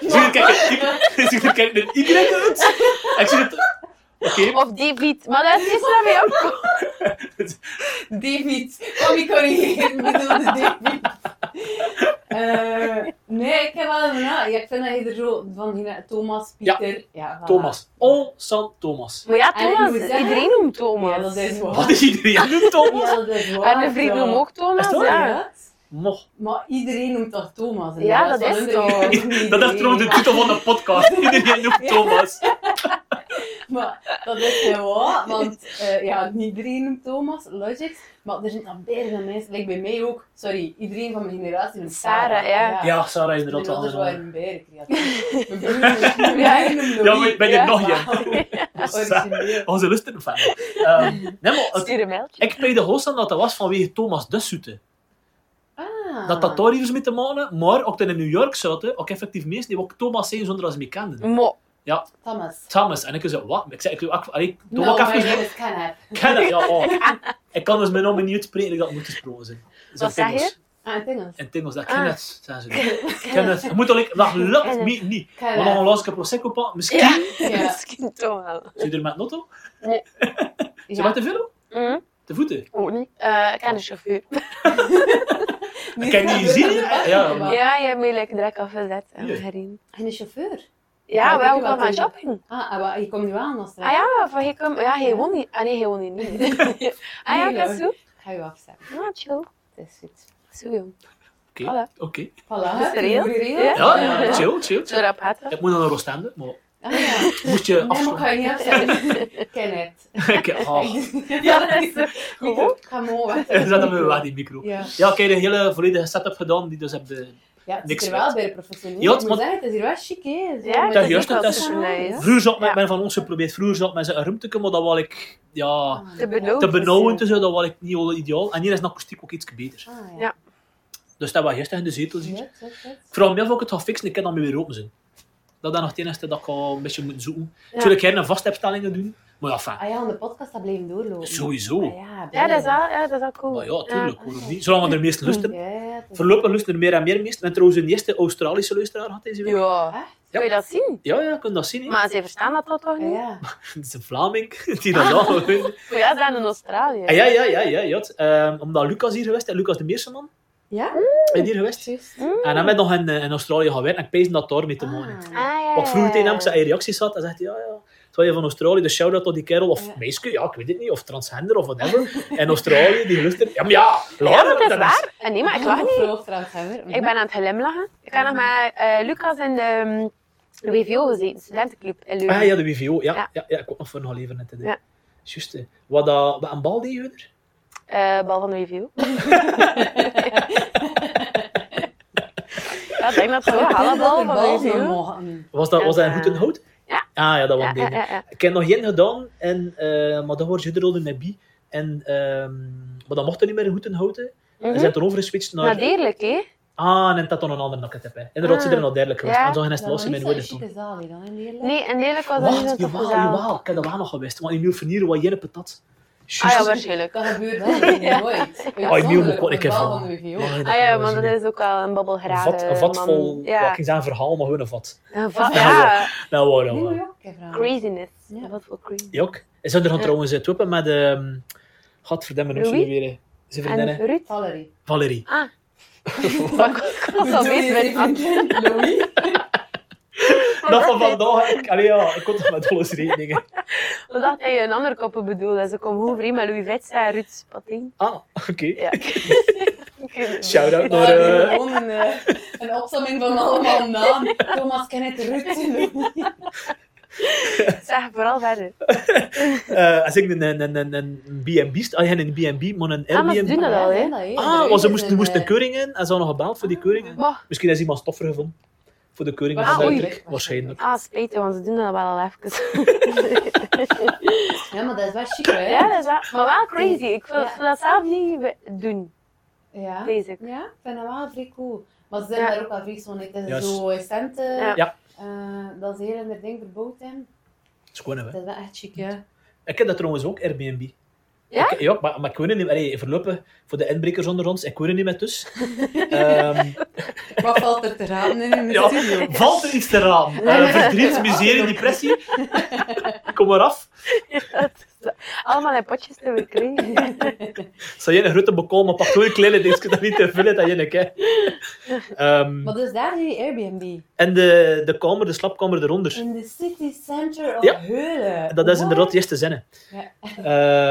S2: zie je er kijk, ik, zie je er kijk een Y uit? Ik zie het... Oké,
S1: Of David. Maar dat is daarmee ook.
S3: David. Kom, ik corrigeer. Ik bedoelde David. Eh, nee, ik heb wel een naam. Ja, ik vind dat je er zo van hier- Thomas,
S2: Ja.
S3: Pieter. Ja, voilà.
S2: Thomas. Al Oh, San Thomas.
S1: Maar ja,
S3: En ik moet
S1: Thomas.
S3: zeggen-
S1: Iedereen noemt
S3: Ja, dat
S1: Thomas.
S3: is waar.
S2: Wat is iedereen nu Thomas?
S3: Ja, dat is waar.
S1: En mijn vriend
S3: ja.
S1: noemt ook Thomas.
S2: Is het waar?
S1: Ja.
S2: Mocht.
S3: Maar iedereen noemt toch Thomas? En
S1: Ja, dat
S3: wel
S1: is
S3: een
S1: toch.
S3: reden.
S2: Dat is trouwens de titel van de podcast. Iedereen noemt Thomas.
S3: Maar dat is gewoon, want eh, ja, niet iedereen noemt Thomas, Logic, maar er zijn al bergen mensen, like bij mij ook, sorry, iedereen van mijn generatie noemt Sarah.
S1: Sarah, ja.
S2: Ja, Sarah is
S3: Mijn
S2: inderdaad
S3: ouders
S2: wel
S3: waren
S2: een
S3: een bergcreatief. Mijn broer noemt- mijn eigen noemt
S2: Ja, maar
S3: Louis.
S2: ik ben er nog
S3: Wauw.
S2: jong.
S3: Origineel.
S2: Onze lusten van. Ehm, nee, maar het-
S1: Stuur een mailtje.
S2: ik bij de host aan dat dat was vanwege Thomas de Soete.
S3: Ah.
S2: Dat dat daar iets mee te maken, maar ook toen in New York zaten, ook effectief meesten die ook Thomas zijn zonder als ze me
S3: Mm.
S2: kenden.
S1: Mo.
S3: Thomas.
S2: Thomas. En ik zei, wat? Ik zei, ik, ik, allee, doe
S3: Nou,
S2: maar
S3: maar
S2: even
S3: jij bent Canap.
S2: Kennen, ja. Oh. Ik kan dus mijn naam niet uitspreken, ik dat moet gesproken zijn. Dus
S1: Wat
S2: in
S1: zeg je?
S2: Engels.
S3: Ah, in het Engels.
S2: In het Engels, dat
S1: Ah.
S2: kennis, zeggen ze. Kennis. Je moet alleen, dat lukt
S1: Kennis.
S2: me niet. Maar
S3: Canap.
S2: nog een lastige prosecco pa, misschien.
S1: Ja.
S3: Ja.
S1: Misschien toch wel.
S2: Zit je er met notto?
S1: Nee.
S2: Ze met de velo?
S1: Mhm.
S2: De voeten?
S1: Ook niet. Eh, ik ken een chauffeur.
S2: Ik ken die zien. Ja, ja.
S1: Ja, je hebt me lekker direct afgezet. eh,
S2: Nee.
S1: Gerien.
S3: En een chauffeur.
S1: Ja,
S3: Maar
S1: wel
S3: ik
S1: gaan gaan
S3: heb wel
S1: shopping.
S3: Ah, ah, maar je komt nu aan als
S1: Ah ja, van je kom... Ja, hij woont niet. Ah nee, hij woont niet. ah ja,
S3: Nee,
S1: dat is zo.
S3: Ga je afzetten.
S1: Ah, chill.
S3: Dat is goed.
S1: Zo jong.
S2: Oké, oké.
S3: Voilà,
S1: Is
S3: heb
S1: het
S3: je
S1: reëel?
S3: het geregeld?
S1: Ja.
S2: Ja, ja, chill, chill.
S1: Zo rap gaat dat.
S2: Ik moet naar de Roostende, maar
S3: Ah, ja.
S2: moest je
S3: Nee, maar ik
S2: afslaan.
S3: ga je niet afzetten. Ken het.
S2: Ik ah.
S3: Ja,
S1: dat is
S3: Goed. Ga mooi weg.
S2: Zet hem weer weg, die micro.
S3: Ja,
S2: Ja, ik heb een hele volledige setup gedaan, die dus heb de...
S3: ja het
S2: Niks
S3: is er
S2: met.
S3: wel bij de professioneel.
S2: Ja,
S3: Ja, ik
S2: maar-
S3: moet zeggen, het is hier wel chic, hè. Zo
S1: Ja,
S2: dat
S3: met-
S1: dat
S2: is juist,
S1: is wel
S2: dat is-
S1: tussen mij, hè.
S2: Vroeger zat met
S1: Ja.
S2: men van ons geprobeerd, vroeger zat met zijn ruimte, maar dat was ik... Ja...
S3: Ah,
S1: Te
S3: Oh,
S1: benauwd.
S2: te benauwend en zo, dat was ik niet al ideaal. En hier is de akoestiek ook iets beter.
S3: Ah,
S1: Ja.
S3: ja.
S2: Dus dat was gisteren in de zetel zien.
S3: Goed, goed, goed.
S2: Ik vraag me af of ik het ga fixen, ik kan dan weer open zijn. Dat is nog het enige dat ik al een beetje moet zoeken. Zou ik hier een vaststellingen doen? Maar ja, fijn.
S3: Ah ja, aan de podcast, dat blijven doorlopen.
S2: Sowieso.
S3: Ah, ja,
S1: Ja, dat is
S3: blijven.
S1: wel, ja, dat is wel cool.
S2: Maar ja, tuurlijk, waarom niet? Zolang we er meest lusten.
S3: Ja, dat is-
S2: Voorlopig luisteren er meer en meer mensen. En trouwens, een eerste Australische luisteraar had
S1: Ja.
S2: deze week.
S1: Ja.
S3: Echt?
S1: Kun je dat zien?
S2: Ja, ja, je kunt dat zien. hè.
S1: Maar ze verstaan dat toch toch
S3: Ah,
S1: niet?
S3: ja.
S2: Het is een Vlaming die dat al gewint.
S1: Maar Ja, ze zijn in Australië.
S2: Ah, Ja, ja, ja, ja. ja. Ehm, omdat Lucas hier geweest is, Lucas de Meerseman
S1: Hm?
S3: Ja?
S2: is hier geweest.
S3: Juist.
S2: En hij heeft nog in, eh, in Australië gaan werken en ik pees dat daarmee te maken.
S3: Ah.
S1: Ah, ja.
S2: Wat vroeg tegen hem, ik zei, hij reacties had, hij zegt, ja, ja. Terwijl je van Australië, de shout-out tot die kerel, of
S3: Ja.
S2: meisje, ja, ik weet het niet, of transgender, of whatever. In Australië, die luistert. Ja, maar ja,
S1: Ja, maar
S2: Laura,
S1: dat is waar. En nee,
S3: Ah,
S1: maar ik lach niet.
S3: Vrouw of transgender.
S1: Ik ben aan het glimlachen. Ik heb nog met eh, Lucas in de um, WVO gezeten, studentenclub in Leuven.
S2: Ah ja, de WVO, ja. Ja,
S1: Ja.
S2: ja, ik ook nog voor nog leveren net.
S1: Ja.
S2: Ja. Juist. hè. Wat, dat, wat een bal deed je er?
S1: Eh, bal van de WVO. ja, ik denk dat het wel een bal van de WVO.
S3: mogen.
S2: Was dat,
S1: Ja,
S2: was dat een goed
S1: eh,
S2: inhoud?
S1: ja.
S2: Ah ja, dat was
S1: Ja,
S2: een
S1: ja,
S2: ding.
S1: ja, ja.
S2: Ik heb nog geen gedaan, en, eh, maar dat hoort je er al in met bi. En, ehm, maar dat mocht er niet meer in goed inhoud. hè. Ze
S1: Mhm.
S2: zijn erover geswitcht naar...
S1: Maar deerlijk, hè?
S2: Ah, en dat dan een ander nog het heb. hè. Inderdaad,
S1: Ah.
S2: ze zijn er nog duidelijk geweest.
S1: Ja.
S2: En zo gaan
S3: Dat
S2: ze het
S3: was
S2: in
S3: niet
S2: mijn
S3: zo'n
S2: woorden doen.
S3: chique zaal, hè, dan, in Nederland.
S1: Nee, en deerlijk was dat niet
S2: Wat?
S1: zo'n toffe
S2: Jawel,
S1: zaal.
S2: jawel. Ik heb dat wel nog geweest. Want in Nieuw-Venier was jij patat.
S1: Ah ja,
S2: Juist.
S1: waarschijnlijk.
S3: Dat gebeurt wel ja. nooit.
S2: Ah, ik nieuw moet ik even
S3: Wel
S2: van.
S3: van de UVO.
S2: Maar dat
S1: Ah ja,
S2: kan
S1: maar
S2: wel
S1: dat
S2: zien.
S1: is ook al een
S2: Een
S1: babbelgraad.
S2: vat, een
S1: eh,
S2: vat
S1: man.
S2: vol, ja.
S1: Ja,
S2: ik ging zeggen verhaal, maar gewoon een vat.
S1: een vat,
S2: Ja,
S1: ja.
S2: Nou, wow, nou,
S3: Nee, maar
S2: wow.
S3: ja, ik heb vragen.
S1: Craziness.
S3: Ja.
S1: Een vat vol crazy.
S2: Jok. Is dat er nog
S1: Ja.
S2: trouwens het open met... ehm, Godverdamme, noem ze
S1: Louis?
S2: nu weer. hè. Zijn
S1: En
S2: vriendinnen.
S1: Ruud?
S4: Valerie.
S2: Valerie.
S1: Ah. Wat ik was al
S3: Doe je
S1: bezig
S3: even
S1: met
S3: Louis.
S2: Dat Nou, van vandaag. Ik, allee, ja, ik kon toch met alles rekeningen.
S1: Ik dacht dat je een ander koppel bedoelde. Ze kwam over met Louis Vets en Ruud Patin.
S2: Ah, oké.
S1: Ja.
S2: Shout-out
S3: Ja,
S2: naar... eh,
S3: gewoon een, eh, een opsomming van allemaal namen. Thomas Kenneth Rutte. Louis.
S1: Zeg vooral verder.
S2: eh, als ik een, een, een, een, een B&B... sta- Ah, ja, een B&B, maar een
S1: Ah, maar ze doen
S2: Airbnb...
S1: dat al, hè?
S2: Ah, maar ze moesten, ze moesten een keuring in en ze hadden nog gebeld
S1: Ah.
S2: voor die keuringen.
S1: Maar,
S2: Misschien is iemand stoffer gevonden. Voor de keuringen.
S1: Ah,
S2: van
S1: oei.
S2: Zuidrijk, Waarschijnlijk.
S1: ah, spijtig, want ze doen dat wel al even.
S4: Ja, maar dat is wel chic, hè?
S1: Ja, dat is wel, maar wel crazy. Ik wil
S4: Ja.
S1: ik wil dat zelf niet we- doen,
S4: Ja.
S1: basic.
S4: Ja, ik vind dat wel vrij cool. Maar ze zijn
S1: Ja.
S4: daar ook wel vrij zo niet. Het
S2: Juist.
S4: is zo recenten.
S1: Ja.
S2: Ja.
S4: Eh, dat is heel ander ding verbouwd, hè.
S2: Dat is gewoon, hè.
S4: Dat is wel echt chic, ja.
S2: Ik heb dat trouwens ook, Airbnb.
S1: Ja?
S2: Ik, ja, maar, maar ik woon er niet Allee, voorlopig, voor de inbrekers onder ons, ik woon er niet met dus. Ehm,
S3: Wat valt er te raden in de
S2: Ja.
S3: studio?
S2: valt er iets te raam? Eh, verdriet, miserie, depressie? Kom maar af.
S1: Allemaal in potjes te verkrijgen.
S2: Zou jij een grote bekomen? Pak twee kleine dingetjes, dat niet te veel is, dat je hè. Ehm,
S4: Maar dus daar is die Airbnb.
S2: en de, de kamer, de slaapkamer eronder.
S4: In the city center of
S2: Ja.
S4: Heulen.
S2: Dat is
S4: Wow.
S2: inderdaad de eerste zinnen.
S4: Ja.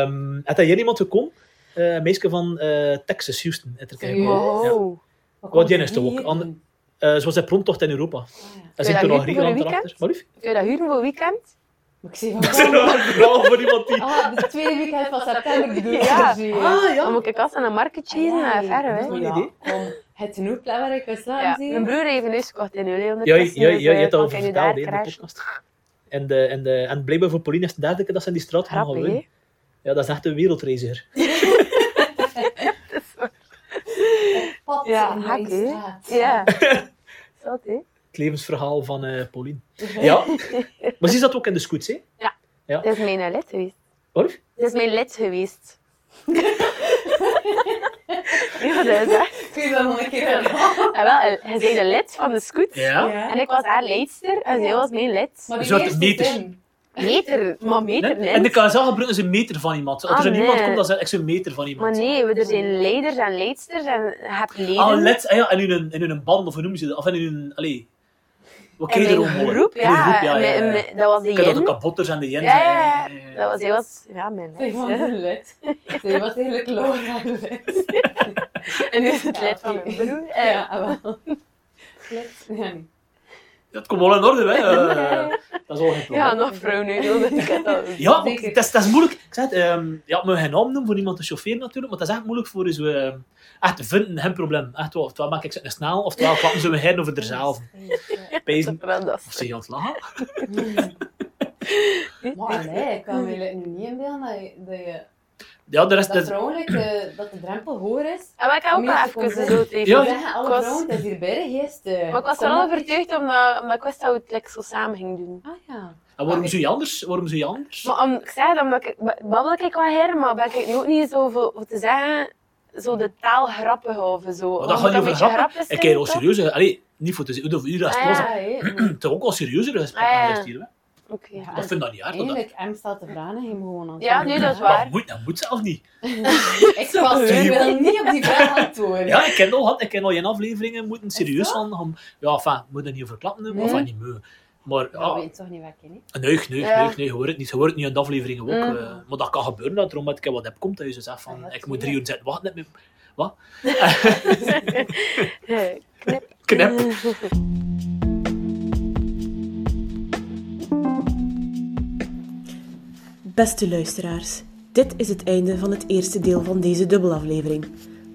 S2: Ehm had er hier iemand gekomen? Eh, een meisje van eh, Texas, Houston. uit Turkije.
S4: Serieus?
S2: Ja.
S1: Wow.
S4: Wat
S2: Wat
S4: komt
S2: jij is
S4: die
S2: toch ook?
S4: hier
S2: An-
S4: doen?
S2: Eh, zoals de rondtocht in Europa.
S4: Ah, ja.
S2: En
S1: Kun je
S2: zit
S1: dat
S2: er nog
S1: huren voor een
S2: Griekenland erachter.
S1: weekend?
S2: Maar lief.
S1: Kun je dat huren voor weekend?
S4: Maar ik zie
S2: Dat is
S4: van...
S2: nog een verhaal voor iemand die...
S4: Ah, de tweede weekend van september bedoel ik.
S1: Ja.
S4: Zie je.
S2: Ah,
S1: Dan
S2: ja.
S1: moet ik als aan een marketje hier
S4: Ah, ja,
S1: naar
S4: ja,
S1: verre,
S2: dat
S1: hè.
S2: is wel een idee.
S4: Kom, het genoeg plan waar ik was
S1: Ja,
S4: samen zie.
S1: mijn broer heeft een huis gekocht in Ulle
S2: Ja, ja,
S1: ondertussen.
S2: ja,
S1: dus,
S2: je
S1: eh,
S2: hebt
S1: kan
S2: al
S1: ik nu
S2: verteld
S1: daar
S2: hè, in de
S1: crashen.
S2: podcast. En, de, en, de, en blijkbaar voor Pauline is het de derde keer dat ze in die straat gaan
S1: Grappig,
S2: wonen.
S1: hè?
S2: Ja, dat is echt een wereldracer.
S4: Pad
S1: Ja,
S4: in mijn
S1: hak, hè?
S4: straat.
S1: Ja. Zot, hè?
S2: Het levensverhaal van eh Pauline. Ja. maar ze zat ook in de scoots, hè?
S1: Dat is mijn lid geweest.
S2: Hoor?
S1: Dat is mijn lid geweest. ja, dat is echt.
S3: Ik weet dat nog een keer herhalen.
S1: Ah, wel, je bent een lid van de scoots.
S2: Ja.
S1: En ik was haar leidster en zij was mijn lid.
S3: Maar die
S2: Een soort
S3: eerste
S2: meter.
S3: zin.
S1: Meter, maar meter
S2: En de
S1: mens.
S2: KSA gebruiken ze dus een meter van iemand. Als
S1: Ah,
S2: er een iemand
S1: nee.
S2: komt, dan zijn ze echt zo'n meter van iemand.
S1: Maar nee, we- er zijn leiders en leidsters en je hebt leden.
S2: Ah, let, ah ja, en in hun, in hun band, of hoe noemen ze dat? Of in hun... Allee. Wat
S1: en
S2: kreeg je
S1: mijn
S2: erom hoor?
S1: groep,
S2: In een
S1: ja.
S2: groep, ja, ja,
S1: mijn-
S2: ja.
S1: mijn- dat was de
S2: Ik had dat de
S1: Jen.
S2: kabotters en de Jens.
S1: Ja,
S2: en-
S1: ja, ja. Dat was, hij was, ja, mijn
S3: Zeg
S1: lid.
S3: van
S1: hè.
S3: de lid. Zij was eigenlijk Laura de lid.
S1: En nu is het
S3: Ja,
S1: lid van mijn
S3: oké.
S1: broer. Eh,
S3: Ja, ah, wel. Lid. Ja, nee.
S2: Dat komt wel in orde, hè. eh, dat is al geen probleem.
S1: Ja, nog vrouw nu. dus ik had dat-
S2: Ja, maar
S3: Zeker.
S2: dat is, dat is moeilijk. Ik zeg het, ehm, ja, moet je geen naam noemen voor iemand te chaufferen natuurlijk, maar dat is echt moeilijk voor zo, ehm, echt te vinden, geen probleem. Echt, wel, oftewel maak ik ze een snel, oftewel klappen ze me heen over derzelf. Pezen,
S1: Wel, dat
S2: of
S1: is-
S2: ze je aan het lachen?
S4: Hmm. Maar nee, ik kan me nu niet inbeelden dat je... Dat je
S2: Ja, de rest...
S4: dat
S2: Dat,
S4: vrouwelijk, eh, dat de drempel hoger is.
S1: Ah, maar ik had ook
S4: Meer te
S1: wel even
S4: komen.
S1: zo tegen.
S2: Ja.
S4: We zeggen alle
S1: Ik was-
S4: vrouwen, het is hier berggeest. eh.
S1: Maar ik was
S4: Kom
S1: wel
S4: op.
S1: overtuigd omdat, omdat ik wist dat we het like, zo samen gingen doen.
S4: Ah ja.
S2: en waarom zou je anders? Waarom zou je anders?
S1: Maar om, ik zei dat omdat ik ba- babbel ik wel her, maar ben ik nu ook niet zo veel voor te zeggen, zo de taal grappig houden. Zo.
S2: Maar
S1: Omdat
S2: dat gaat
S1: het
S2: niet
S1: een
S2: over
S1: beetje
S2: grappen.
S1: grappig
S2: Ik
S1: zijn,
S2: kijk wel
S1: toch?
S2: serieus. hè. Allee, niet voor te zeggen, uur dat is
S1: Ah,
S2: het
S1: ja.
S4: Ja, hé.
S2: Het is ook al serieuzer gesprek
S1: Ah, ja.
S2: aan het hier, hè.
S1: Oké.
S4: Ja,
S2: Dat vind ik dat niet hard. hoor, Dat,
S4: Eigenlijk, M staat te vragen, hij moet gewoon
S1: Ja,
S4: antwoorden.
S1: nee, dat is
S2: maar
S1: waar.
S2: moet, dat moet zelf niet.
S4: Ik was ik wil niet op die vraag antwoorden.
S2: Ja, ik ken al, ik ken al je afleveringen, moeten serieus
S4: dat?
S2: gaan. gaan- Ja, enfin, moet er niet over klappen, hè, maar
S4: Nee.
S2: enfin, niet mee. Maar
S4: Dat
S2: ja,
S4: weet toch niet werken, hè?
S2: Neug, neug,
S1: Ja.
S2: neug, neug. Je hoort het niet. Je hoort het niet in de afleveringen ook.
S1: Mm.
S2: eh, maar dat kan gebeuren dat er omdat ik wat heb komt. Dat je zo zegt van,
S4: Ja, dat
S2: ik moet
S4: zie
S2: drie
S4: je.
S2: uur zitten wachten. Met mijn
S1: Eh, Knip.
S2: knip.
S5: Beste luisteraars, dit is het einde van het eerste deel van deze dubbelaflevering.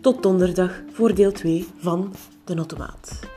S5: Tot donderdag voor deel 2 van De Nottomaat.